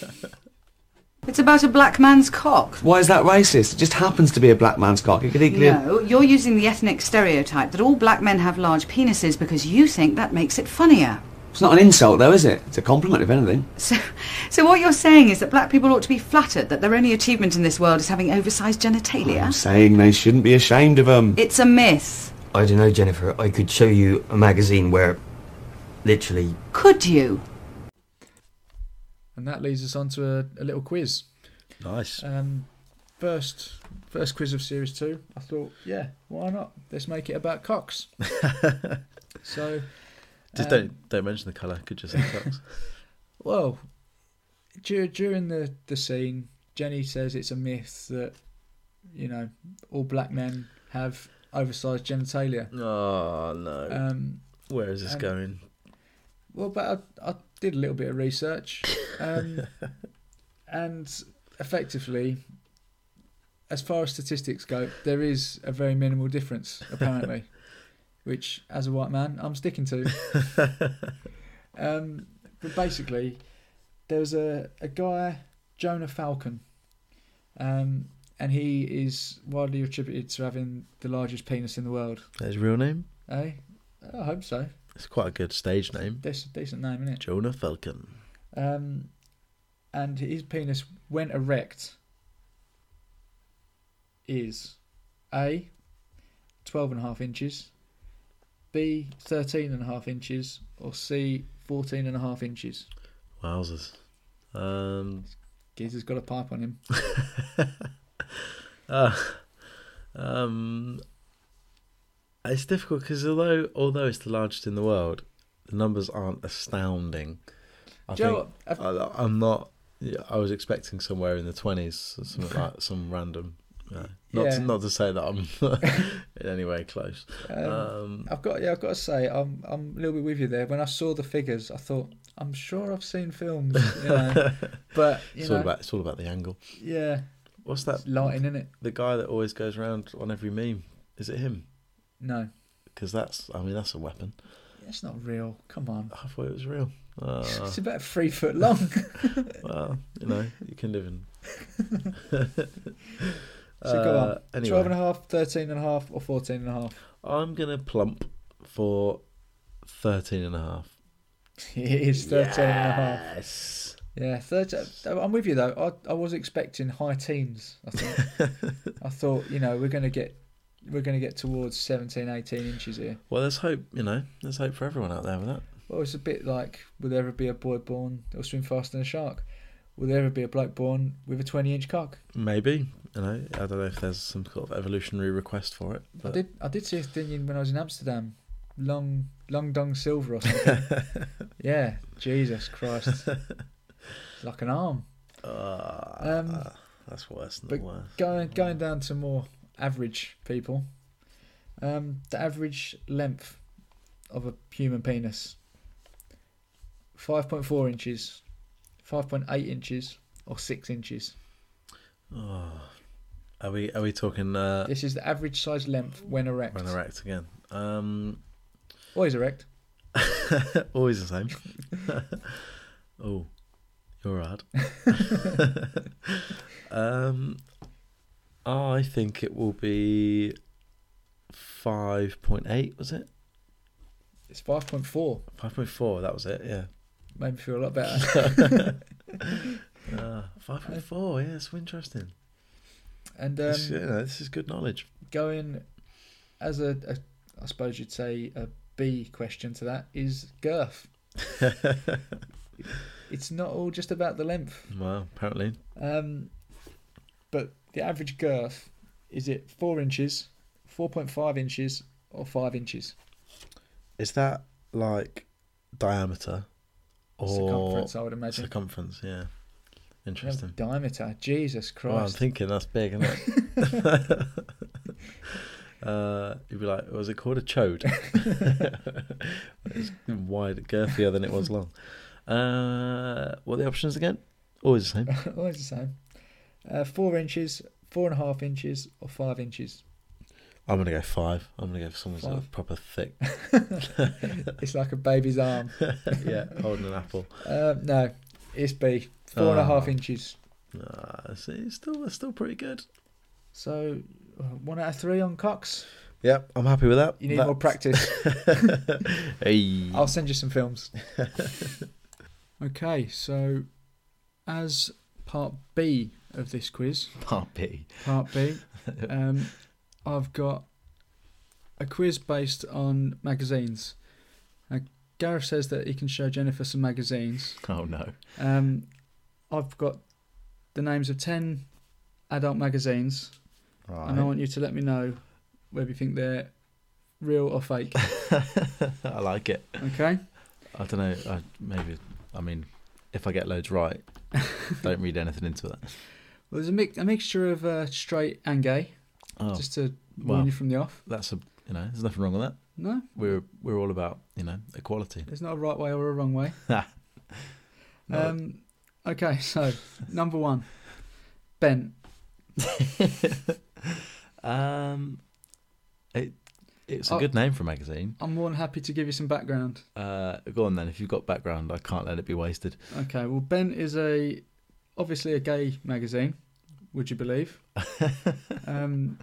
Speaker 12: It's about a black man's cock.
Speaker 13: Why is that racist? It just happens to be a black man's cock. It could equally.
Speaker 12: No, you're using the ethnic stereotype that all black men have large penises because you think that makes it funnier.
Speaker 13: It's not an insult, though, is it? It's a compliment, if anything.
Speaker 12: So, so what you're saying is that black people ought to be flattered that their only achievement in this world is having oversized
Speaker 13: I'm
Speaker 12: genitalia?
Speaker 13: saying they shouldn't be ashamed of um, them.
Speaker 12: It's a myth.
Speaker 10: I don't know, Jennifer. I could show you a magazine where, literally,
Speaker 12: Could you?
Speaker 2: And that leads us on to a, a little quiz.
Speaker 1: Nice.
Speaker 2: Um, first, first quiz of series two. I thought, yeah, why not? Let's make it about cocks. so,
Speaker 1: Just
Speaker 2: um,
Speaker 1: don't don't mention the colour. Could just say cocks.
Speaker 2: Well, dur- during the, the scene, Jenny says it's a myth that, you know, all black men have oversized genitalia.
Speaker 1: Oh no.
Speaker 2: Um,
Speaker 1: Where is this
Speaker 2: and-
Speaker 1: going?
Speaker 2: Well, but I, I did a little bit of research, um, and effectively, as far as statistics go, there is a very minimal difference apparently, which, as a white man, I'm sticking to. um, but basically, there was a a guy, Jonah Falcon, um, and he is widely attributed to having the largest penis in the world.
Speaker 1: That's his real name.
Speaker 2: Eh? I hope so.
Speaker 1: It's quite a good stage name.
Speaker 2: Dec- decent name, isn't it?
Speaker 1: Jonah Falcon.
Speaker 2: Um, and his penis, when erect, is A, 12 and a half inches, B, 13 and a half inches, or C, 14 and a half inches.
Speaker 1: Wowzers. Um,
Speaker 2: Giz has got a pipe on him.
Speaker 1: uh, um, it's difficult because although although it's the largest in the world, the numbers aren't astounding. I
Speaker 2: Do you know
Speaker 1: think
Speaker 2: what?
Speaker 1: I, I'm not. yeah, I was expecting somewhere in the twenties, something like some random. yeah. Not
Speaker 2: Yeah.
Speaker 1: to, not to say that I'm in any way close.
Speaker 2: Um,
Speaker 1: Um,
Speaker 2: I've got yeah, I've got to say, I'm I'm a little bit with you there. When I saw the figures, I thought I'm sure I've seen films, you know. but you
Speaker 1: it's
Speaker 2: know,
Speaker 1: all about it's all about the angle.
Speaker 2: yeah,
Speaker 1: What's that?
Speaker 2: It's lighting in it.
Speaker 1: The guy that always goes around on every meme is it him?
Speaker 2: No,
Speaker 1: Because that's I mean that's a weapon.
Speaker 2: it's not real. Come on,
Speaker 1: I thought it was real. Ah.
Speaker 2: it's about three foot long.
Speaker 1: well, you know, you can live in.
Speaker 2: So go on.
Speaker 1: Uh, anyway.
Speaker 2: 12 and a half, 13 and a half, or 14 and a half.
Speaker 1: I'm going to plump for 13 and a half.
Speaker 2: It is 13 and a half.
Speaker 1: Yes.
Speaker 2: Yeah, 13. I'm with you though. I, I was expecting high teens. I think. I thought, you know, we're going to get we're going to get towards 17, 18 inches here.
Speaker 1: Well, there's hope, you know, there's hope for everyone out there with that.
Speaker 2: Well, it's a bit like, will there ever be a boy born that'll swim faster than a shark? Will there ever be a bloke born with a 20 inch cock?
Speaker 1: Maybe, you know, I don't know if there's some sort of evolutionary request for it.
Speaker 2: I
Speaker 1: But
Speaker 2: did I did see a thing in, when I was in Amsterdam, long long dong silver or something. yeah, Jesus Christ, It's like an arm. um,
Speaker 1: that's worse than
Speaker 2: but
Speaker 1: worse.
Speaker 2: going going down to more average people, um, the average length of a human penis, five point four inches, five point eight inches, or six inches.
Speaker 1: Oh. Are we are we talking uh,
Speaker 2: This is the average size length when erect.
Speaker 1: when erect again? Um,
Speaker 2: Always erect.
Speaker 1: always the same. oh, you're odd. um, I think it will be five point eight. Was it
Speaker 2: It's five point four.
Speaker 1: five point four? That was it. Yeah.
Speaker 2: Made me feel a lot better.
Speaker 1: Uh, five point four. Yeah, it's interesting.
Speaker 2: and um,
Speaker 1: This- yeah, this is good knowledge.
Speaker 2: going as a, a I suppose you'd say a B question to that is girth. it's not all just about the length.
Speaker 1: Wow. Apparently,
Speaker 2: Um, but the average girth is it four inches, four point five inches, or five inches?
Speaker 1: is that like diameter or
Speaker 2: Circumference,
Speaker 1: Oh,
Speaker 2: I would imagine.
Speaker 1: Circumference. Yeah.
Speaker 2: No,
Speaker 1: Interesting.
Speaker 2: diameter. Jesus Christ.
Speaker 1: Well, I'm thinking that's big, isn't it? uh, you'd be like, was it called a chode? it's wide, girthier than it was long. Uh, what are the options again? Always the same.
Speaker 2: Always the same. Uh, four inches, four and a half inches, or five inches.
Speaker 1: I'm gonna go five. I'm gonna go for something sort of
Speaker 2: Five.
Speaker 1: proper thick.
Speaker 2: It's like a baby's arm.
Speaker 1: yeah, holding an apple.
Speaker 2: Uh, no, it's B. Four and a half
Speaker 1: Ah.
Speaker 2: inches.
Speaker 1: Ah, see, it's still it's still pretty good.
Speaker 2: So uh, one out of three on Cox.
Speaker 1: Yep, I'm happy with that.
Speaker 2: You need
Speaker 1: That-
Speaker 2: more practice.
Speaker 1: Hey.
Speaker 2: I'll send you some films. okay, so as part B of this quiz,
Speaker 1: Part B.
Speaker 2: part B, um, I've got a quiz based on magazines. Uh, Gareth says that he can show Jennifer some magazines.
Speaker 1: Oh no.
Speaker 2: Um, I've got the names of 10 adult magazines, and I
Speaker 1: Right.
Speaker 2: want you to let me know whether you think they're real or fake.
Speaker 1: I like it.
Speaker 2: Okay?
Speaker 1: I don't know. I, maybe. I mean, if I get loads right, don't read anything into that.
Speaker 2: Well, there's a, mix, a mixture of uh, straight and gay,
Speaker 1: Oh,
Speaker 2: just to warn
Speaker 1: well.
Speaker 2: you from the off.
Speaker 1: that's a you know. There's nothing wrong with that.
Speaker 2: No.
Speaker 1: We're we're all about you know equality.
Speaker 2: There's not a right way or a wrong way.
Speaker 1: No.
Speaker 2: Um, okay, so number one, bent.
Speaker 1: um, it it's a
Speaker 2: Oh.
Speaker 1: good name for a magazine.
Speaker 2: I'm more than happy to give you some background.
Speaker 1: Uh, go on then. If you've got background, I can't let it be wasted.
Speaker 2: Okay, well, Bent is a obviously a gay magazine. Would you believe? um,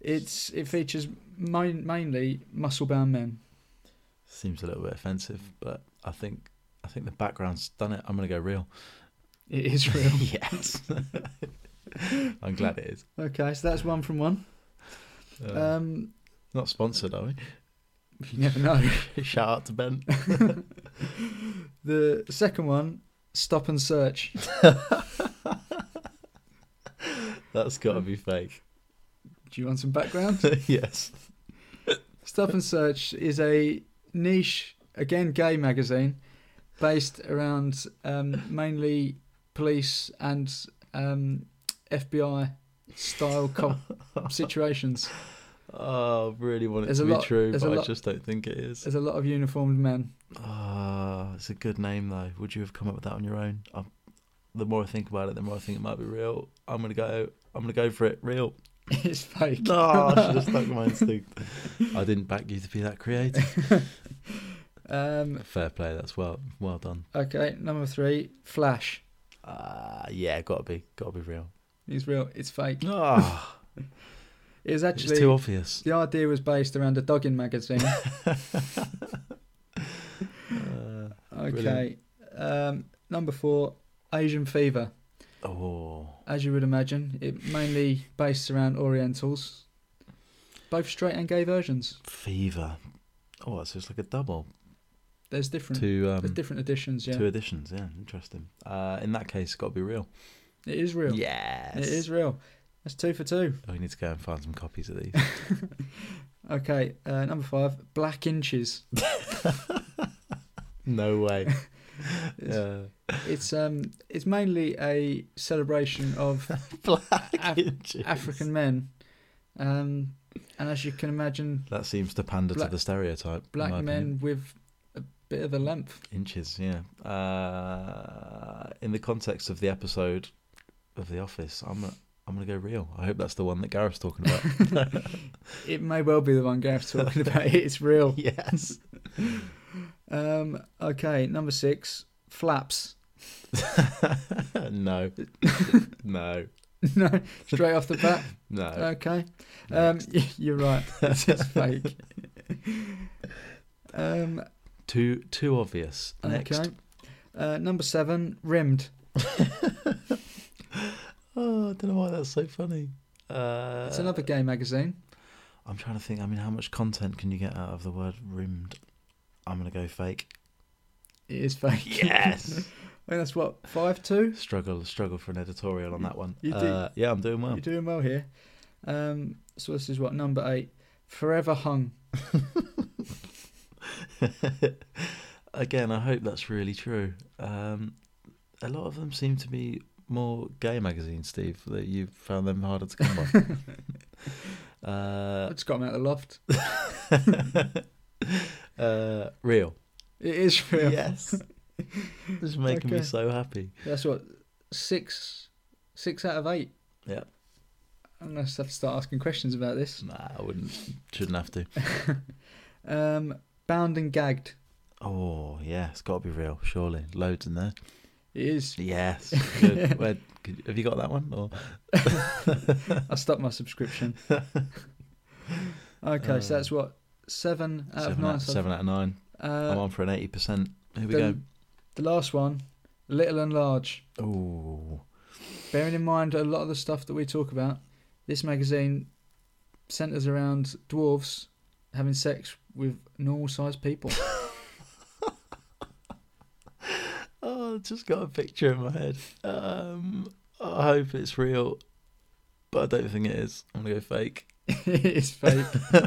Speaker 2: it's it features main, mainly muscle bound men.
Speaker 1: Seems a little bit offensive, but I think I think the background's done it. I'm going to go real.
Speaker 2: It is real.
Speaker 1: yes. I'm glad it is.
Speaker 2: Okay, so that's one from one.
Speaker 1: Uh,
Speaker 2: Um,
Speaker 1: Not sponsored, are we?
Speaker 2: you never know.
Speaker 1: Shout out to Ben.
Speaker 2: the second one, stop and search.
Speaker 1: That's got to be fake.
Speaker 2: Do you want some background?
Speaker 1: yes.
Speaker 2: Stop and Search is a niche, again, gay magazine based around um, mainly police and um, FBI style cop situations.
Speaker 1: Oh, I really want it
Speaker 2: There's
Speaker 1: to
Speaker 2: a
Speaker 1: be
Speaker 2: lot-
Speaker 1: true,
Speaker 2: there's a
Speaker 1: but I
Speaker 2: lot-
Speaker 1: just don't think it is.
Speaker 2: There's a lot of uniformed men.
Speaker 1: Ah, it's a good name though. Would you have come up with that on your own? i the more I think about it, the more I think it might be real. I'm gonna go. I'm gonna go for it. Real.
Speaker 2: It's fake.
Speaker 1: No, I should have stuck my instinct. I didn't back you to be that creative.
Speaker 2: Um,
Speaker 1: Fair play. That's well, well done.
Speaker 2: okay, number three, Flash.
Speaker 1: Ah, yeah, gotta be, gotta be real.
Speaker 2: It's real. It's fake.
Speaker 1: Ah.
Speaker 2: it was actually
Speaker 1: too obvious.
Speaker 2: The idea was based around a dogging magazine. okay.
Speaker 1: Uh, brilliant.
Speaker 2: Um, number four, Asian fever.
Speaker 1: Oh,
Speaker 2: As you would imagine, it mainly based around Orientals, both straight and gay versions.
Speaker 1: fever. Oh, it's just like a double.
Speaker 2: There's different.
Speaker 1: Two, um,
Speaker 2: there's Hmm. different editions. Yeah.
Speaker 1: Two editions. Yeah, interesting. Uh, in that case, got to be real.
Speaker 2: it is real.
Speaker 1: Yes.
Speaker 2: It is real. That's two for two.
Speaker 1: Oh, we need to go and find some copies of these.
Speaker 2: Okay. Uh, number five, black inches.
Speaker 1: no way.
Speaker 2: It's-
Speaker 1: yeah.
Speaker 2: It's um, it's mainly a celebration of Af- African men, um, and as you can imagine,
Speaker 1: That seems to pander
Speaker 2: Black-
Speaker 1: to the stereotype. in
Speaker 2: black
Speaker 1: my
Speaker 2: men
Speaker 1: opinion.
Speaker 2: with a bit of a length.
Speaker 1: Inches, yeah. Uh, in the context of the episode of The Office, I'm gonna, I'm gonna go real. I hope that's the one that Gareth's talking about.
Speaker 2: It may well be the one Gareth's talking about. It's real.
Speaker 1: Yes.
Speaker 2: um. Okay. Number six, flaps.
Speaker 1: no, no,
Speaker 2: no. Straight off the bat.
Speaker 1: No.
Speaker 2: Okay. Um. You're right. It's just fake. Um.
Speaker 1: too too obvious. Next,
Speaker 2: Okay. Uh, number seven, rimmed.
Speaker 1: oh, I don't know why that's so funny. Uh,
Speaker 2: It's another gay magazine.
Speaker 1: I'm trying to think. I mean, how much content can you get out of the word rimmed? I'm gonna go fake.
Speaker 2: It is fake.
Speaker 1: Yes.
Speaker 2: I mean, that's what five two.
Speaker 1: Struggle, struggle for an editorial on that one.
Speaker 2: You do-
Speaker 1: Uh, yeah, I'm doing well.
Speaker 2: You're doing well here. Um, so this is what number eight. Forever hung.
Speaker 1: Again, I hope that's really true. Um, a lot of them seem to be more gay magazines, Steve. That you found them harder to come by.
Speaker 2: I
Speaker 1: uh,
Speaker 2: just got him out of the loft.
Speaker 1: uh, real.
Speaker 2: It is real.
Speaker 1: Yes. This is making me
Speaker 2: Okay.
Speaker 1: so happy.
Speaker 2: That's what six, six out of eight.
Speaker 1: Yeah.
Speaker 2: I'm gonna have to start asking questions about this.
Speaker 1: Nah, I wouldn't. Shouldn't have to.
Speaker 2: Um, bound and gagged.
Speaker 1: Oh yeah, it's got to be real. Surely, loads in there.
Speaker 2: It is.
Speaker 1: Yes. Good. Where, could, have you got that one? Or
Speaker 2: I stopped my subscription. Okay, so that's what seven out of
Speaker 1: Uh, seven,
Speaker 2: nine.
Speaker 1: out,
Speaker 2: so-
Speaker 1: seven out of nine.
Speaker 2: Uh,
Speaker 1: I'm on for an eighty percent. Here we
Speaker 2: then
Speaker 1: go.
Speaker 2: The last one, little and large.
Speaker 1: Oh,
Speaker 2: Bearing in mind a lot of the stuff that we talk about, this magazine centres around dwarves having sex with normal sized people.
Speaker 1: oh, I've just got a picture in my head. Um, I hope it's real, but I don't think it is. I'm gonna go fake.
Speaker 2: it's fake.
Speaker 1: Uh,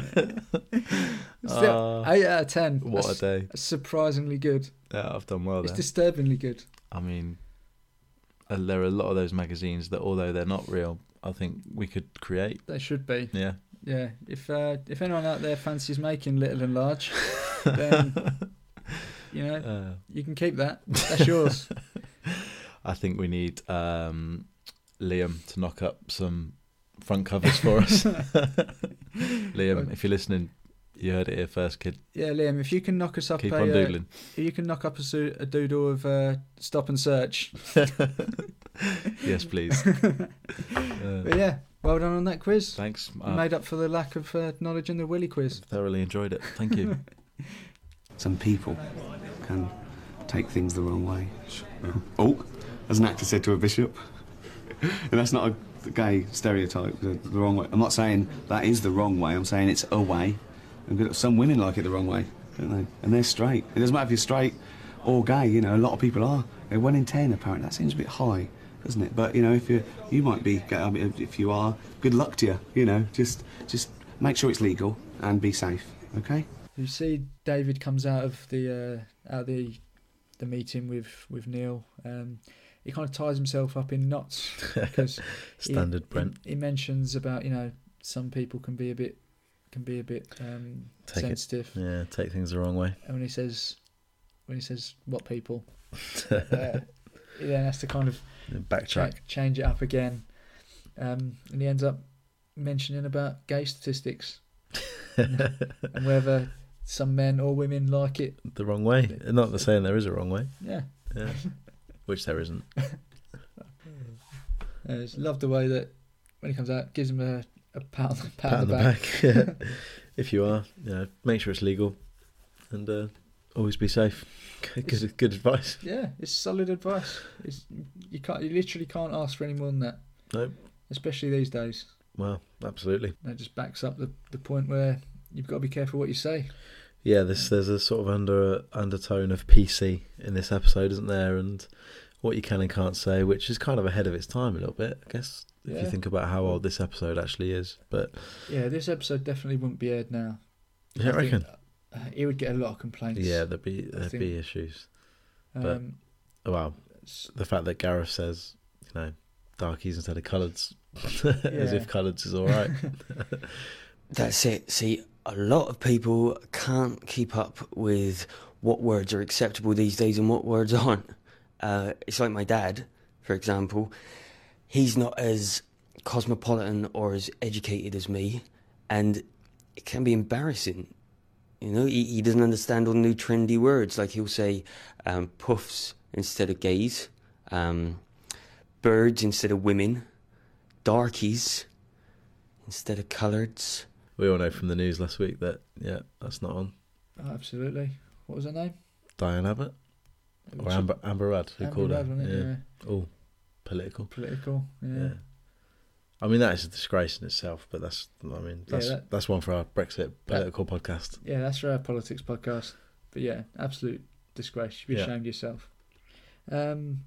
Speaker 2: Still, eight out of ten.
Speaker 1: what a
Speaker 2: That's
Speaker 1: day.
Speaker 2: Surprisingly good.
Speaker 1: Yeah, I've done well
Speaker 2: It's
Speaker 1: there.
Speaker 2: disturbingly good.
Speaker 1: I mean, uh, there are a lot of those magazines that, although they're not real, I think we could create.
Speaker 2: They should be.
Speaker 1: Yeah.
Speaker 2: Yeah. If uh, if anyone out there fancies making little and large, then you know
Speaker 1: Uh.
Speaker 2: you can keep that. That's yours.
Speaker 1: I think we need um, Liam to knock up some front covers for us. Liam, if you're listening, you heard it here first, kid.
Speaker 2: yeah, Liam. If you can knock us up
Speaker 1: Keep
Speaker 2: a,
Speaker 1: on
Speaker 2: uh,
Speaker 1: doodling.
Speaker 2: if you can knock up a, su- a doodle of uh, stop and search.
Speaker 1: Yes, please.
Speaker 2: But
Speaker 1: Uh,
Speaker 2: yeah, well done on that quiz.
Speaker 1: Thanks.
Speaker 2: You
Speaker 1: I
Speaker 2: made up for the lack of uh, knowledge in the Willy quiz.
Speaker 1: thoroughly enjoyed it. Thank you.
Speaker 13: Some people can take things the wrong way.
Speaker 6: Oh, as an actor said to a bishop. and that's not a gay stereotype, the, the wrong way. I'm not saying that is the wrong way, I'm saying it's a way. And good- some women like it the wrong way, don't they? And they're straight. It doesn't matter if you're straight or gay, you know, a lot of people are. They're one in ten, apparently. That seems a bit high, doesn't it? But, you know, if you you might be gay, I mean, if you are, good luck to you, you know. Just, just make sure it's legal and be safe, okay?
Speaker 2: You see, David comes out of the uh, out of the the meeting with with Neil. Um, he kind of ties himself up in knots because he-
Speaker 1: Standard
Speaker 2: he-
Speaker 1: Brent.
Speaker 2: He, mentions about you know some people can be a bit can be a bit um,
Speaker 1: Take it-
Speaker 2: sensitive,
Speaker 1: yeah, take things the wrong way.
Speaker 2: and when he says when he says what people, uh, he then has to kind of
Speaker 1: Backtrack.
Speaker 2: cha- change it up again, um, and he ends up mentioning about gay statistics and whether some men or women like it.
Speaker 1: The wrong way. Not the saying there is a wrong way.
Speaker 2: Yeah.
Speaker 1: Yeah. Which there isn't.
Speaker 2: I just love Uh, the way that when he comes out, gives him a, a pat on the, pat
Speaker 1: Pat
Speaker 2: on the back.
Speaker 1: yeah. if you are, you know, make sure it's legal, and uh, always be safe. good, good advice.
Speaker 2: yeah, it's solid advice. It's you can't, you literally can't ask for any more than that.
Speaker 1: Nope.
Speaker 2: Especially these days,
Speaker 1: Well, absolutely.
Speaker 2: that just backs up the, the point where you've got to be careful what you say.
Speaker 1: Yeah, this there's a sort of under undertone of PC in this episode, isn't there? And what you can and can't say, which is kind of ahead of its time a little bit, I guess. If
Speaker 2: Yeah.
Speaker 1: you think about how old this episode actually is, but
Speaker 2: Yeah, this episode definitely wouldn't be aired now.
Speaker 1: You don't
Speaker 2: I think,
Speaker 1: reckon?
Speaker 2: uh, it would get a lot of complaints.
Speaker 1: yeah, there'd be
Speaker 2: I
Speaker 1: there'd
Speaker 2: think,
Speaker 1: be issues. But
Speaker 2: um,
Speaker 1: wow, the fact that Gareth says, you know, darkies instead of coloureds, as
Speaker 2: Yeah.
Speaker 1: if coloureds is all right.
Speaker 14: That's it. See, a lot of people can't keep up with what words are acceptable these days and what words aren't. Uh, it's like my dad, for example. He's not as cosmopolitan or as educated as me, and it can be embarrassing. You know, he, he doesn't understand all the new trendy words. Like he'll say um, puffs instead of gays, um, birds instead of women, darkies instead of coloureds.
Speaker 1: we all know from the news last week that yeah, that's not on.
Speaker 2: oh, absolutely. What was her name?
Speaker 1: Diane Abbott or
Speaker 2: She-
Speaker 1: Amber Amber Rudd, who
Speaker 2: Amber
Speaker 1: called
Speaker 2: Rudd,
Speaker 1: her?
Speaker 2: wasn't it?
Speaker 1: Oh, political.
Speaker 2: Political. yeah.
Speaker 1: I mean that is a disgrace in itself, but that's I mean
Speaker 2: Yeah,
Speaker 1: that's
Speaker 2: that-
Speaker 1: that's one for our Brexit political podcast.
Speaker 2: Yeah, that's for our politics podcast. But yeah, absolute disgrace. You should be
Speaker 1: Yeah.
Speaker 2: ashamed of yourself. Um,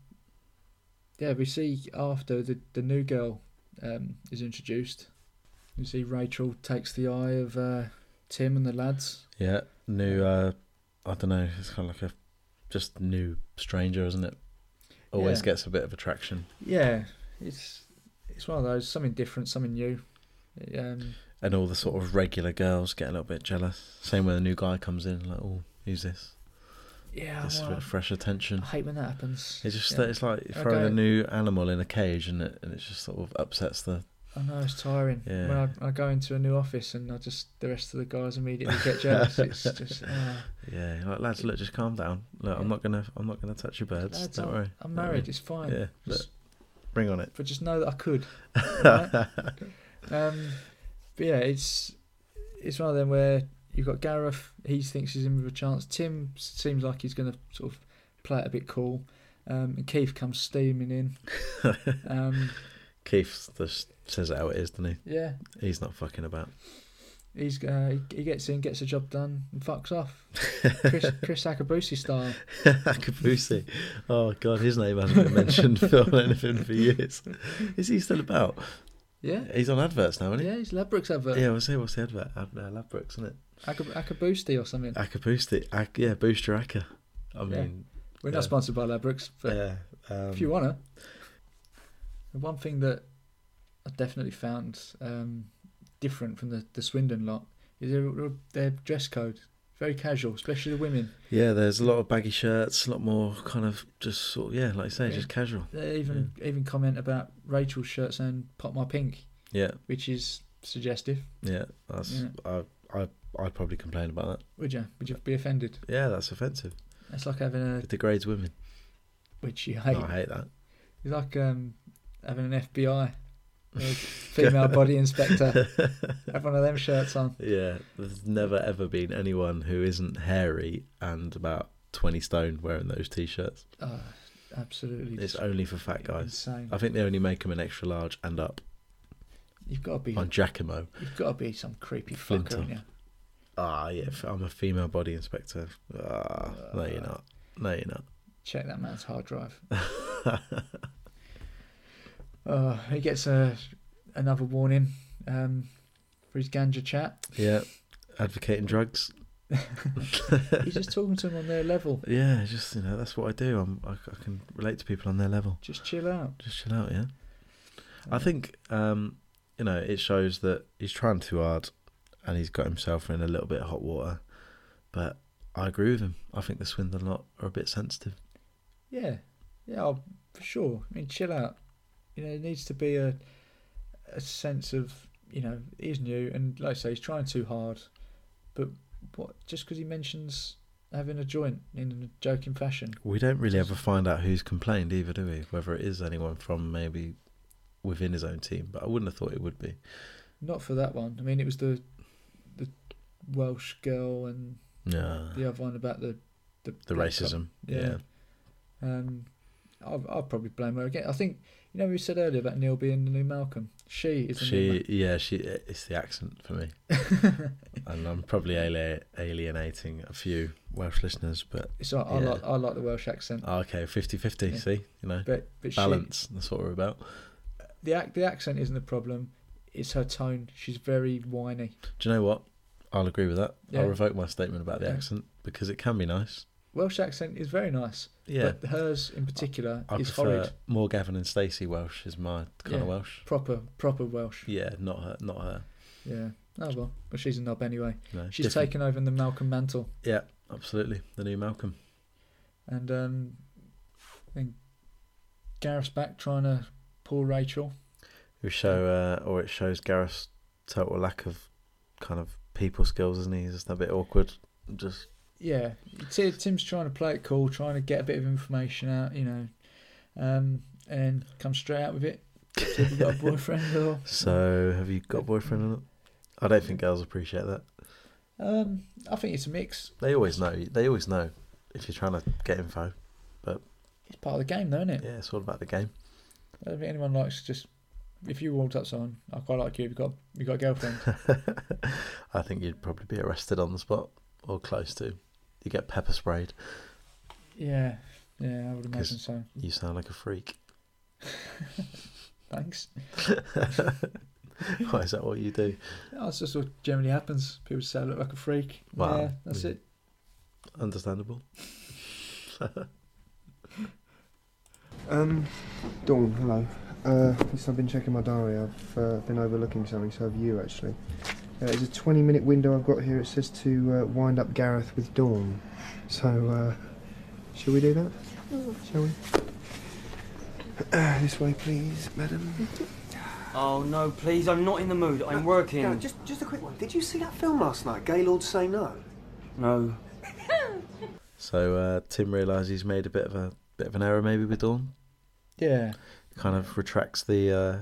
Speaker 2: yeah, we see after the, the new girl um, is introduced. You see Rachel takes the eye of uh, Tim and the lads.
Speaker 1: Yeah, new. Uh, I don't know. It's kind of like a just new stranger, isn't it? Always
Speaker 2: Yeah.
Speaker 1: gets a bit of attraction,
Speaker 2: Yeah, it's it's one of those something different, something new. Um,
Speaker 1: and all the sort of regular girls get a little bit jealous. Same when a new guy comes in, like, oh, who's this?
Speaker 2: Yeah,
Speaker 1: this is a
Speaker 2: well,
Speaker 1: bit fresh attention.
Speaker 2: I hate when that happens.
Speaker 1: It's just
Speaker 2: Yeah.
Speaker 1: that it's like
Speaker 2: I
Speaker 1: throwing a
Speaker 2: go-
Speaker 1: new animal in a cage, and it and it just sort of upsets the
Speaker 2: I know it's tiring.
Speaker 1: Yeah.
Speaker 2: When I, I go into a new office and I just the rest of the guys immediately get jealous. it's just. Uh,
Speaker 1: Yeah, you're like lads, look, just calm down. Look, I'm not gonna, I'm not gonna touch your birds.
Speaker 2: Lads,
Speaker 1: don't
Speaker 2: I'm-
Speaker 1: worry. Don't
Speaker 2: I'm
Speaker 1: worry.
Speaker 2: married, it's fine.
Speaker 1: Yeah, look,
Speaker 2: Just-
Speaker 1: bring on it.
Speaker 2: but just know that I could. right? um, but yeah, it's it's one of them where you've got Gareth. He thinks he's in with a chance. Tim seems like he's going to sort of play it a bit cool. Um, and Keith comes steaming in. um,
Speaker 1: Keith just says it how it is, doesn't he?
Speaker 2: Yeah.
Speaker 1: He's not fucking about.
Speaker 2: he's uh, he- he gets in, gets the job done, and fucks off. Chris Chris Akabusi style.
Speaker 1: Akabusi. Oh god, his name hasn't been mentioned for anything for years. Is he still about?
Speaker 2: Yeah.
Speaker 1: He's on adverts now, isn't he?
Speaker 2: Yeah, he's Labrooks advert.
Speaker 1: Yeah, what's the, what's the advert? Ad, uh, Ladbrokes, isn't it?
Speaker 2: Akab- Akabusti or something.
Speaker 1: Akabusti. Ak, yeah, Booster Akka. I
Speaker 2: Yeah.
Speaker 1: mean,
Speaker 2: We're
Speaker 1: yeah.
Speaker 2: not sponsored by Labrooks, but
Speaker 1: um,
Speaker 2: if you wanna, the one thing that I definitely found um, different from the, the Swindon lot is their, their dress code, very casual, especially the women.
Speaker 1: Yeah, there's a lot of baggy shirts, a lot more kind of just sort of, yeah, like you say,
Speaker 2: Yeah.
Speaker 1: just casual.
Speaker 2: They even even comment about Rachel's shirt saying "Pop my pink,"
Speaker 1: Yeah,
Speaker 2: which is suggestive.
Speaker 1: yeah. That's
Speaker 2: Yeah.
Speaker 1: I, I, I'd probably complain about
Speaker 2: Would you? Would you be offended?
Speaker 1: that. Yeah, that's offensive.
Speaker 2: It's like having a
Speaker 1: It degrades women.
Speaker 2: which you hate.
Speaker 1: Oh, I hate that.
Speaker 2: It's like um, having an FBI. uh, Female body inspector. Have one of them shirts on.
Speaker 1: Yeah, there's never ever been anyone who isn't hairy and about twenty stone wearing those t-shirts.
Speaker 2: Uh, absolutely.
Speaker 1: It's only for fat guys.
Speaker 2: Insane.
Speaker 1: I think they only make them an extra large and up.
Speaker 2: You've got to be
Speaker 1: on Giacomo.
Speaker 2: You've got to be some creepy
Speaker 1: Flint
Speaker 2: fucker,
Speaker 1: up.
Speaker 2: ain't you?
Speaker 1: Ah, yeah. f- I'm a female body inspector. Ah, no,
Speaker 2: Uh,
Speaker 1: you're not. No, you're not.
Speaker 2: Check that man's hard drive. oh, he gets a another warning um, for his ganja chat.
Speaker 1: Yeah, advocating drugs.
Speaker 2: He's just talking to him on their level.
Speaker 1: Yeah, just you know, that's what I do. I'm, I, I can relate to people on their level.
Speaker 2: Just chill out.
Speaker 1: Just chill out, yeah. I think um, you know it shows that he's trying too hard, and he's got himself in a little bit of hot water. But I agree with him. I think the Swindon lot are a bit sensitive.
Speaker 2: Yeah, yeah, oh, for sure. I mean, chill out. You know, there needs to be a a sense of you know he's new and like I say he's trying too hard, but what just because he mentions having a joint in a joking fashion,
Speaker 1: We don't really ever find out who's complained either, do we? Whether it is anyone from maybe within his own team, but I wouldn't have thought it would be.
Speaker 2: not for that one. I mean, it was the the Welsh girl and
Speaker 1: Yeah.
Speaker 2: the other one about the the,
Speaker 1: The
Speaker 2: black
Speaker 1: racism,
Speaker 2: couple. Um, I'll, I'll probably blame her again. I think you know we said earlier about Neil being the new Malcolm. She is the new
Speaker 1: She, yeah, she. It's the accent for me, and I'm probably ali- alienating a few Welsh listeners, but
Speaker 2: So I, I
Speaker 1: yeah.
Speaker 2: like I like the Welsh accent.
Speaker 1: okay, 50-50,
Speaker 2: Yeah.
Speaker 1: See, you know,
Speaker 2: But- but she-
Speaker 1: balance. that's what we're about.
Speaker 2: The ac- the accent isn't the problem. It's her tone. She's very whiny.
Speaker 1: Do you know what? I'll agree with that.
Speaker 2: Yeah.
Speaker 1: I'll revoke my statement about the
Speaker 2: Yeah.
Speaker 1: accent because it can be nice.
Speaker 2: Welsh accent is very nice.
Speaker 1: Yeah.
Speaker 2: But hers in particular
Speaker 1: I
Speaker 2: is
Speaker 1: prefer
Speaker 2: horrid.
Speaker 1: more Gavin and Stacey Welsh is my kind
Speaker 2: Yeah.
Speaker 1: of Welsh.
Speaker 2: Proper proper Welsh.
Speaker 1: Yeah, not her, not her.
Speaker 2: Yeah. Oh well. But she's a knob anyway.
Speaker 1: No,
Speaker 2: she's
Speaker 1: different.
Speaker 2: taken over in the Malcolm mantle.
Speaker 1: Yeah, absolutely, the new Malcolm.
Speaker 2: And um and Gareth's back trying to pull Rachel.
Speaker 1: We show, uh, or it shows Gareth's total lack of kind of people skills, isn't he? He's just a bit awkward. Just
Speaker 2: Yeah. Ti- Tim's trying to play it cool, trying to get a bit of information out, you know. Um and come straight out with it. So have you got a boyfriend or
Speaker 1: so, have you got a boyfriend or not? I don't think girls appreciate that.
Speaker 2: um I think it's a mix.
Speaker 1: They always know. They always know if you're trying to get info. But
Speaker 2: It's part of the game, though, isn't it?
Speaker 1: yeah, it's all about the game.
Speaker 2: I don't think anyone likes just if you walked up to someone, I quite like you. You got you got a girlfriend.
Speaker 1: I think you'd probably be arrested on the spot or close to. You get pepper sprayed
Speaker 2: yeah, yeah, I would imagine
Speaker 1: 'cause
Speaker 2: so.
Speaker 1: you sound like a freak.
Speaker 2: Thanks.
Speaker 1: Why is that what you do?
Speaker 2: That's just what generally happens. People say I look like a freak.
Speaker 1: Wow.
Speaker 2: yeah, that's
Speaker 1: Yeah.
Speaker 2: it.
Speaker 1: Understandable.
Speaker 5: Um, Dawn, hello. Uh, listen, I've been checking my diary. I've uh, been overlooking something, so have you actually. Uh, there's a 20 minute window I've got here. It says to uh, wind up Gareth with Dawn. So, uh, shall we do that? Shall we? Uh, this way, please, madam.
Speaker 14: Oh no, please! I'm not in the mood. I'm working.
Speaker 5: Uh, Gareth, just, just a quick one. Did you see that film last night, Gaylord Say No?
Speaker 14: No.
Speaker 1: So uh, Tim realises he's made a bit of a bit of an error, maybe with Dawn.
Speaker 2: Yeah.
Speaker 1: Kind of retracts the uh,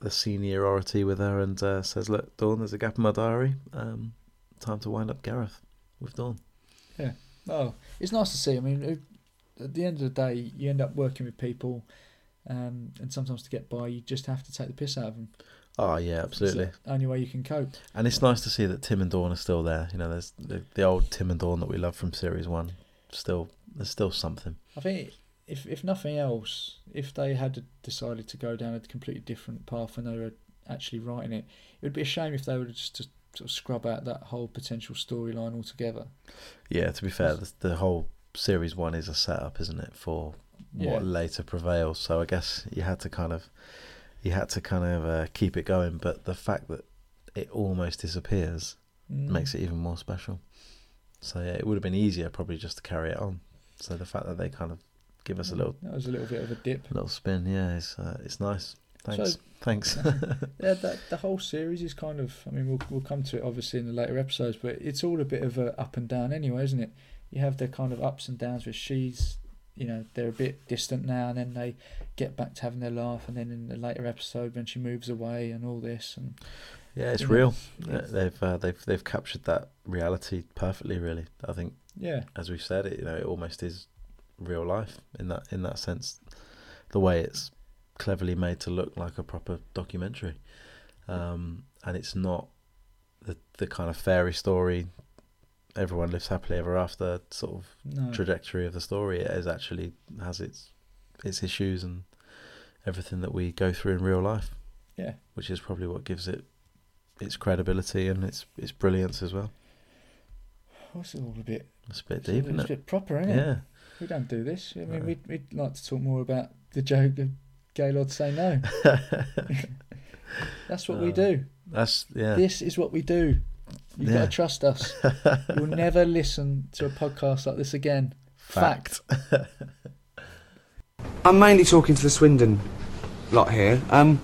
Speaker 1: the seniority with her and uh, says, "Look, Dawn, there's a gap in my diary. Um, time to wind up Gareth with Dawn."
Speaker 2: Yeah. Oh, it's nice to see. I mean, it- at the end of the day, you end up working with people, um, and sometimes to get by, you just have to take the piss out of them.
Speaker 1: Oh yeah, absolutely.
Speaker 2: It's the only way you can cope.
Speaker 1: And it's nice to see that Tim and Dawn are still there. You know, there's the, the old Tim and Dawn that we love from series one. Still, there's still something.
Speaker 2: I think if if nothing else, if they had decided to go down a completely different path when they were actually writing it, it would be a shame if they were just to sort of scrub out that whole potential storyline altogether.
Speaker 1: Yeah, to be fair, the, the whole series one is a setup, isn't it, for what
Speaker 2: Yeah.
Speaker 1: later prevails. So I guess you had to kind of, you had to kind of uh, keep it going. But the fact that it almost disappears
Speaker 2: Mm.
Speaker 1: makes it even more special. So yeah, it would have been easier probably just to carry it on. So the fact that they kind of give us a little
Speaker 2: Mm. That was a little bit of a dip.
Speaker 1: little spin, yeah, it's uh, it's nice. Thanks,
Speaker 2: So-
Speaker 1: thanks.
Speaker 2: yeah, that the whole series is kind of. I mean, we'll we'll come to it obviously in the later episodes, but it's all a bit of a up and down anyway, isn't it? You have their kind of ups and downs. Where she's, you know, they're a bit distant now, and then they get back to having their laugh, and then in the later episode when she moves away and all this, and
Speaker 1: Yeah, it's real. They've uh, they've they've captured that reality perfectly. Really, I think.
Speaker 2: Yeah.
Speaker 1: As we've said, it you know it almost is real life in that in that sense, the way it's cleverly made to look like a proper documentary, um, and it's not the the kind of fairy story. Everyone lives happily ever after sort of
Speaker 2: No.
Speaker 1: trajectory of the story. It is actually has its its issues and everything that we go through in real life.
Speaker 2: Yeah.
Speaker 1: Which is probably what gives it its credibility and its its brilliance as well.
Speaker 2: What's it Oh, all a bit?
Speaker 1: It's a bit
Speaker 2: all
Speaker 1: deep,
Speaker 2: a
Speaker 1: isn't it?
Speaker 2: bit proper, isn't it?
Speaker 1: Yeah.
Speaker 2: We don't do this. I mean, we'd, we'd like to talk more about the joke of Gaylord say no. That's what we
Speaker 1: Uh,
Speaker 2: do.
Speaker 1: That's yeah.
Speaker 2: This is what we do. You've got
Speaker 1: Yeah.
Speaker 2: to trust us. You'll never listen to a podcast like this again. Fact.
Speaker 13: I'm mainly talking to the Swindon lot here. Um,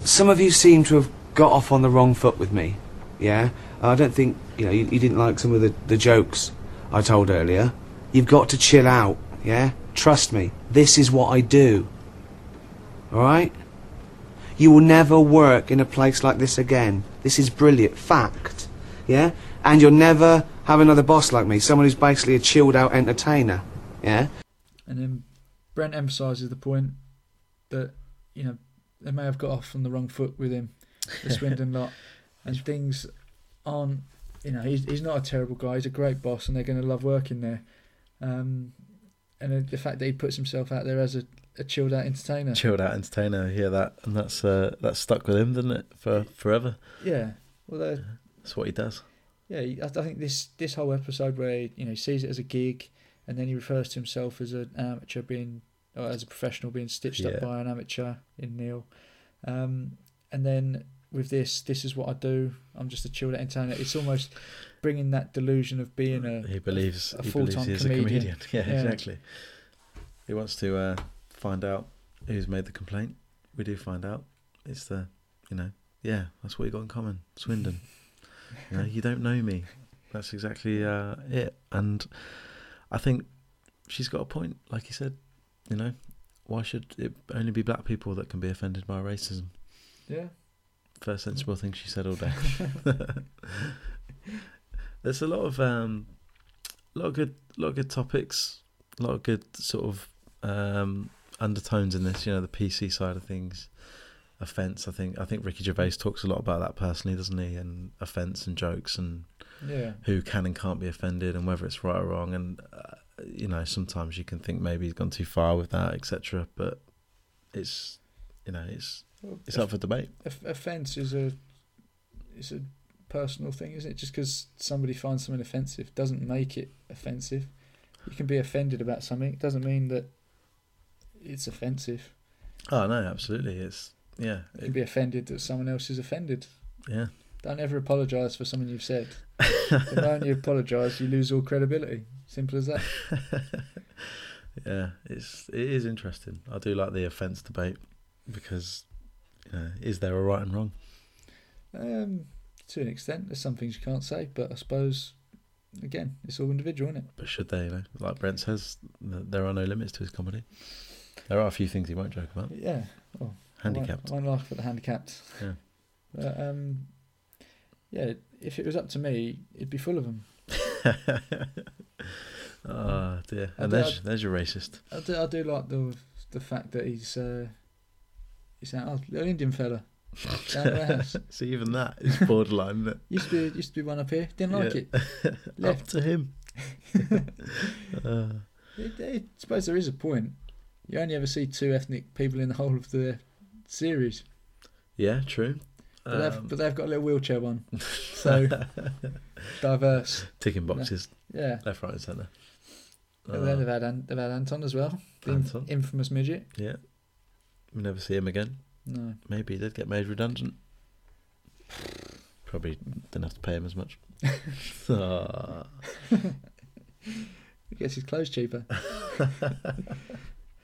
Speaker 13: some of you seem to have got off on the wrong foot with me. Yeah, I don't think you know you, you didn't like some of the, the jokes I told earlier. You've got to chill out. Yeah, trust me. This is what I do. All right. You will never work in a place like this again. This is brilliant. Fact. Yeah? And you'll never have another boss like me, someone who's basically a chilled out entertainer. Yeah?
Speaker 2: And then Brent emphasises the point that, you know, they may have got off on the wrong foot with him, the Swindon lot. And things aren't, you know, he's, he's not a terrible guy. He's a great boss and they're going to love working there. Um, and then the fact that he puts himself out there as a, a chilled out entertainer.
Speaker 1: Chilled out entertainer, yeah, that and that's uh, that's stuck with him, didn't it? For forever.
Speaker 2: Yeah. Well, they're-
Speaker 1: That's what he does.
Speaker 2: Yeah, he- I I think this this whole episode where he, you know he sees it as a gig, and then he refers to himself as an amateur being, or as a professional being stitched
Speaker 1: Yeah.
Speaker 2: up by an amateur in Neil, um, and then with this, this is what I do. I'm just a chilled out entertainer. It's almost bringing that delusion of being a
Speaker 1: He believes
Speaker 2: a
Speaker 1: he
Speaker 2: full time
Speaker 1: believes he's
Speaker 2: comedian.
Speaker 1: a comedian. Yeah, exactly. He wants to uh, find out who's made the complaint. We do find out. It's the you know, yeah, that's what you got in common. Swindon. you know, you don't know me. That's exactly uh, it. And I think she's got a point, like you said, you know. Why should it only be black people that can be offended by racism?
Speaker 2: Yeah.
Speaker 1: First sensible thing she said all day. There's a lot of um, lot of good, lot of good topics, a lot of good sort of um, undertones in this. You know, the PC side of things, offense. I think I think Ricky Gervais talks a lot about that personally, doesn't he? And offense and jokes and
Speaker 2: Yeah.
Speaker 1: who can and can't be offended and whether it's right or wrong. And uh, you know, sometimes you can think maybe he's gone too far with that, etc. But it's you know, it's it's up for debate.
Speaker 2: Off- offense is a it's a personal thing, isn't it? Just because somebody finds something offensive doesn't make it offensive. You can be offended about something. It doesn't mean that it's offensive.
Speaker 1: Oh no, absolutely. It's yeah,
Speaker 2: You can be offended that someone else is offended.
Speaker 1: Yeah.
Speaker 2: Don't ever apologise for something you've said. the moment you apologise, you lose all credibility. Simple as that.
Speaker 1: yeah. It's it is interesting. I do like the offence debate because you know, is there a right and wrong?
Speaker 2: Um, to an extent, there's some things you can't say, but I suppose, again, it's all individual, isn't it?
Speaker 1: But should they? You know, like Brent says, th- there are no limits to his comedy. There are a few things he won't joke about.
Speaker 2: Yeah. Well, I won't-
Speaker 1: Handicapped.
Speaker 2: I won't laugh at the handicapped.
Speaker 1: Yeah.
Speaker 2: But, um, yeah, if it was up to me, it'd be full of them.
Speaker 1: Oh dear.
Speaker 2: I
Speaker 1: And
Speaker 2: do-
Speaker 1: there's there's your racist.
Speaker 2: I do, I do like the the fact that he's uh, he's an oh, little Indian fella. Down at the house.
Speaker 1: so even that is borderline. Isn't
Speaker 2: Used to be used to be one up here. Didn't like
Speaker 1: Yeah.
Speaker 2: it.
Speaker 1: it? up to him. Uh,
Speaker 2: It- it- I suppose there is a point. You only ever see two ethnic people in the whole of the series,
Speaker 1: yeah, true.
Speaker 2: but, they've,
Speaker 1: Um,
Speaker 2: but they've got a little wheelchair one, so diverse.
Speaker 1: ticking boxes.
Speaker 2: Yeah.
Speaker 1: Left, right, and centre.
Speaker 2: And then they've had An- they've had Anton as well, the in-
Speaker 1: Uh. Anton.
Speaker 2: infamous midget.
Speaker 1: Yeah. We never see him again.
Speaker 2: No.
Speaker 1: Maybe he did get made redundant. Probably didn't have to pay him as much. Ah.
Speaker 2: I guess his clothes cheaper.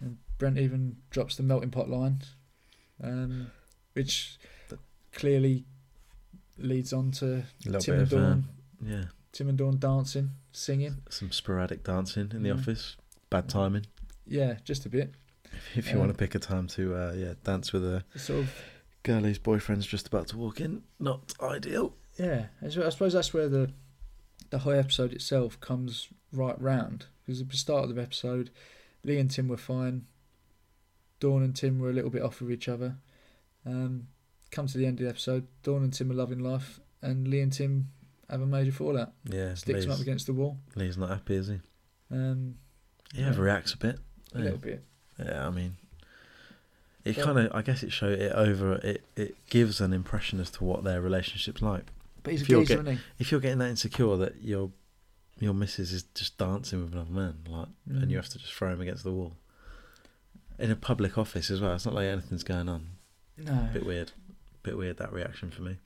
Speaker 2: and Brent even drops the melting pot line, um, which clearly leads on to
Speaker 1: Little bit
Speaker 2: Tim and
Speaker 1: of,
Speaker 2: Dawn.
Speaker 1: uh, yeah.
Speaker 2: Tim and Dawn dancing, singing.
Speaker 1: Some sporadic dancing in the
Speaker 2: Mm.
Speaker 1: office. Bad timing.
Speaker 2: Yeah, just a bit.
Speaker 1: If you
Speaker 2: Um,
Speaker 1: want to pick a time to uh, yeah dance with a
Speaker 2: sort of
Speaker 1: Girlie's boyfriend's just about to walk in. Not ideal.
Speaker 2: Yeah, I su- I suppose that's where the the whole episode itself comes right round because at the start of the episode, Lee and Tim were fine. Dawn and Tim were a little bit off with each other. Um, come to the end of the episode, Dawn and Tim are loving life, and Lee and Tim have a major fallout.
Speaker 1: Yeah,
Speaker 2: sticks him
Speaker 1: Lee's-
Speaker 2: up against the wall.
Speaker 1: Lee's not happy, is he?
Speaker 2: Um,
Speaker 1: He overreacts a bit.
Speaker 2: A little bit.
Speaker 1: Yeah, I mean, it
Speaker 2: Yeah.
Speaker 1: kind of. I guess it show it over. It it gives an impression as to what their relationship's like.
Speaker 2: But he's a
Speaker 1: you're
Speaker 2: geezer,
Speaker 1: get-
Speaker 2: isn't he?
Speaker 1: If you're getting that insecure that your your missus is just dancing with another man, like, and you
Speaker 2: Mm.
Speaker 1: have to just throw him against the wall in a public office as well. It's not like anything's going on.
Speaker 2: No.
Speaker 1: Bit weird. Bit weird that reaction for me.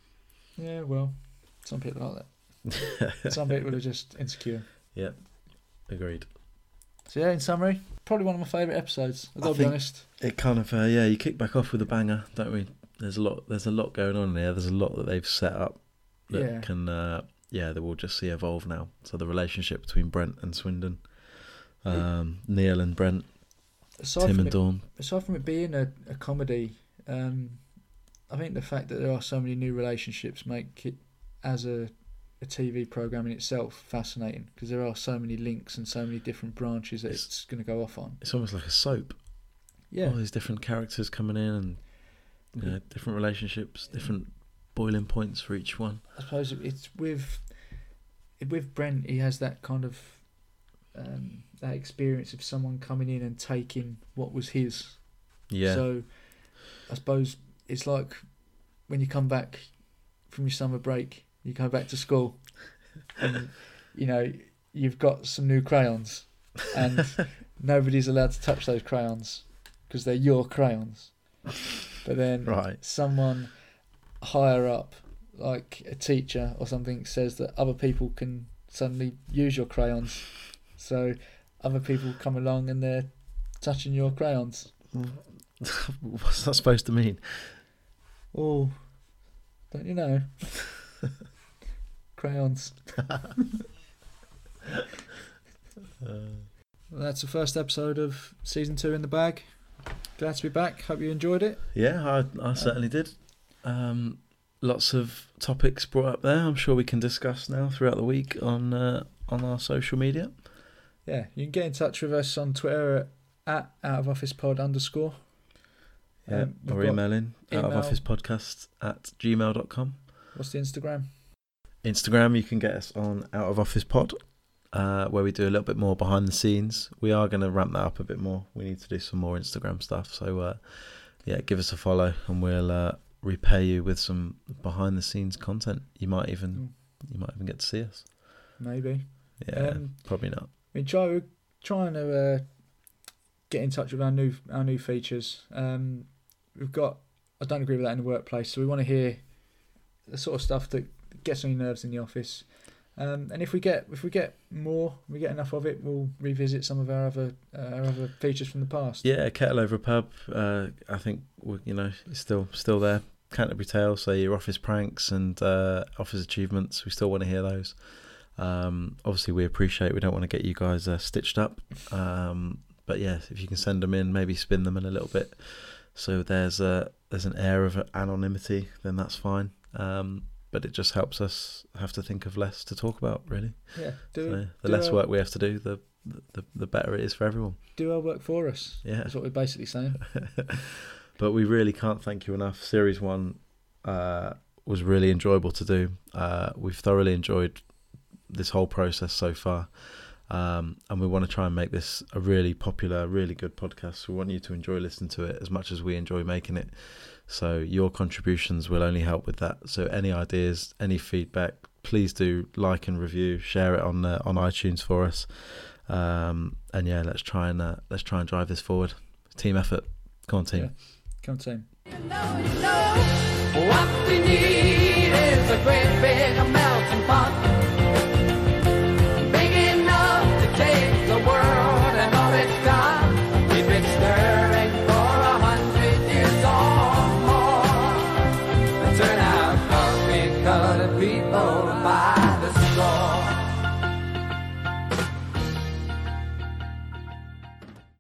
Speaker 2: yeah, well, some people are like that. some people are just insecure.
Speaker 1: Yep. Agreed.
Speaker 2: So yeah, in summary, probably one of my favourite episodes. I've got
Speaker 1: I
Speaker 2: to be
Speaker 1: think
Speaker 2: honest.
Speaker 1: It kind of uh, yeah, you kick back off with a banger, don't we? There's a lot. There's a lot going on here. There's a lot that they've set up that
Speaker 2: Yeah.
Speaker 1: can uh, yeah, that we'll just see evolve now. So the relationship between Brent and Swindon, um, Neil and Brent,
Speaker 2: Aside
Speaker 1: Tim
Speaker 2: from
Speaker 1: and
Speaker 2: it,
Speaker 1: Dawn.
Speaker 2: Aside from it being a, a comedy, um, I think the fact that there are so many new relationships make it as a a TV program in itself fascinating because there are so many links and so many different branches that it's, going to go off on.
Speaker 1: It's almost like a soap.
Speaker 2: Yeah.
Speaker 1: all these different characters coming in and you know, different relationships, different boiling points for each one.
Speaker 2: I suppose it- it's with with Brent. He has that kind of um, that experience of someone coming in and taking what was his.
Speaker 1: Yeah.
Speaker 2: So I suppose it's like when you come back from your summer break, you go back to school, and you know you've got some new crayons, and nobody's allowed to touch those crayons because they're your crayons. But then
Speaker 1: Right.
Speaker 2: someone higher up, like a teacher or something, says that other people can suddenly use your crayons. So other people come along and they're touching your crayons.
Speaker 1: What's that supposed to mean?
Speaker 2: Oh, don't you know? crayons.
Speaker 1: Uh,
Speaker 2: That's the first episode of season two in the bag. Glad to be back. Hope you enjoyed it.
Speaker 1: Yeah, I, I certainly did. Um, lots of topics brought up there. I'm sure we can discuss now throughout the week on uh, on our social media.
Speaker 2: Yeah, you can get in touch with us on Twitter at out of office pod underscore.
Speaker 1: Yeah,
Speaker 2: Um, we've
Speaker 1: or
Speaker 2: got
Speaker 1: emailing out of
Speaker 2: email.
Speaker 1: office podcast at gmail.com.
Speaker 2: What's the Instagram?
Speaker 1: Instagram, you can get us on Out of Office Pod, uh, where we do a little bit more behind the scenes. We are going to ramp that up a bit more. We need to do some more Instagram stuff. So, uh, yeah, give us a follow and we'll uh, repay you with some behind the scenes content. You might even
Speaker 2: Mm.
Speaker 1: you might even get to see us.
Speaker 2: Maybe.
Speaker 1: Yeah,
Speaker 2: Um,
Speaker 1: probably not.
Speaker 2: I mean, try, we're trying to uh, get in touch with our new our new features. Um, we've got. I don't agree with that in the workplace, so we want to hear the sort of stuff that gets on your nerves in the office. Um, and if we get if we get more, we get enough of it, we'll revisit some of our other uh, our other features from the past.
Speaker 1: Yeah, kettle over a pub. Uh, I think we, you know it's still still there. Canterbury Tales, so your office pranks and uh, office achievements. We still want to hear those. Um, obviously, we appreciate. We don't want to get you guys uh, stitched up, um, but yeah, if you can send them in, maybe spin them in a little bit. So there's a there's an air of anonymity, then that's fine. Um, but it just helps us have to think of less to talk about, really.
Speaker 2: Yeah, do-
Speaker 1: So the
Speaker 2: do
Speaker 1: less
Speaker 2: a-
Speaker 1: work we have to do, the the, the better it is for everyone.
Speaker 2: Do our work for us.
Speaker 1: Yeah.
Speaker 2: that's what we're basically saying.
Speaker 1: but we really can't thank you enough. Series one uh, was really enjoyable to do. Uh, we've thoroughly enjoyed this whole process so far, um, and we want to try and make this a really popular, really good podcast. We want you to enjoy listening to it as much as we enjoy making it. So your contributions will only help with that. So any ideas, any feedback, please do like and review, share it on uh, on iTunes for us. Um, and yeah, let's try and uh, let's try and drive this forward. Team effort. Come on, team.
Speaker 2: Come team.
Speaker 15: What we need is a great big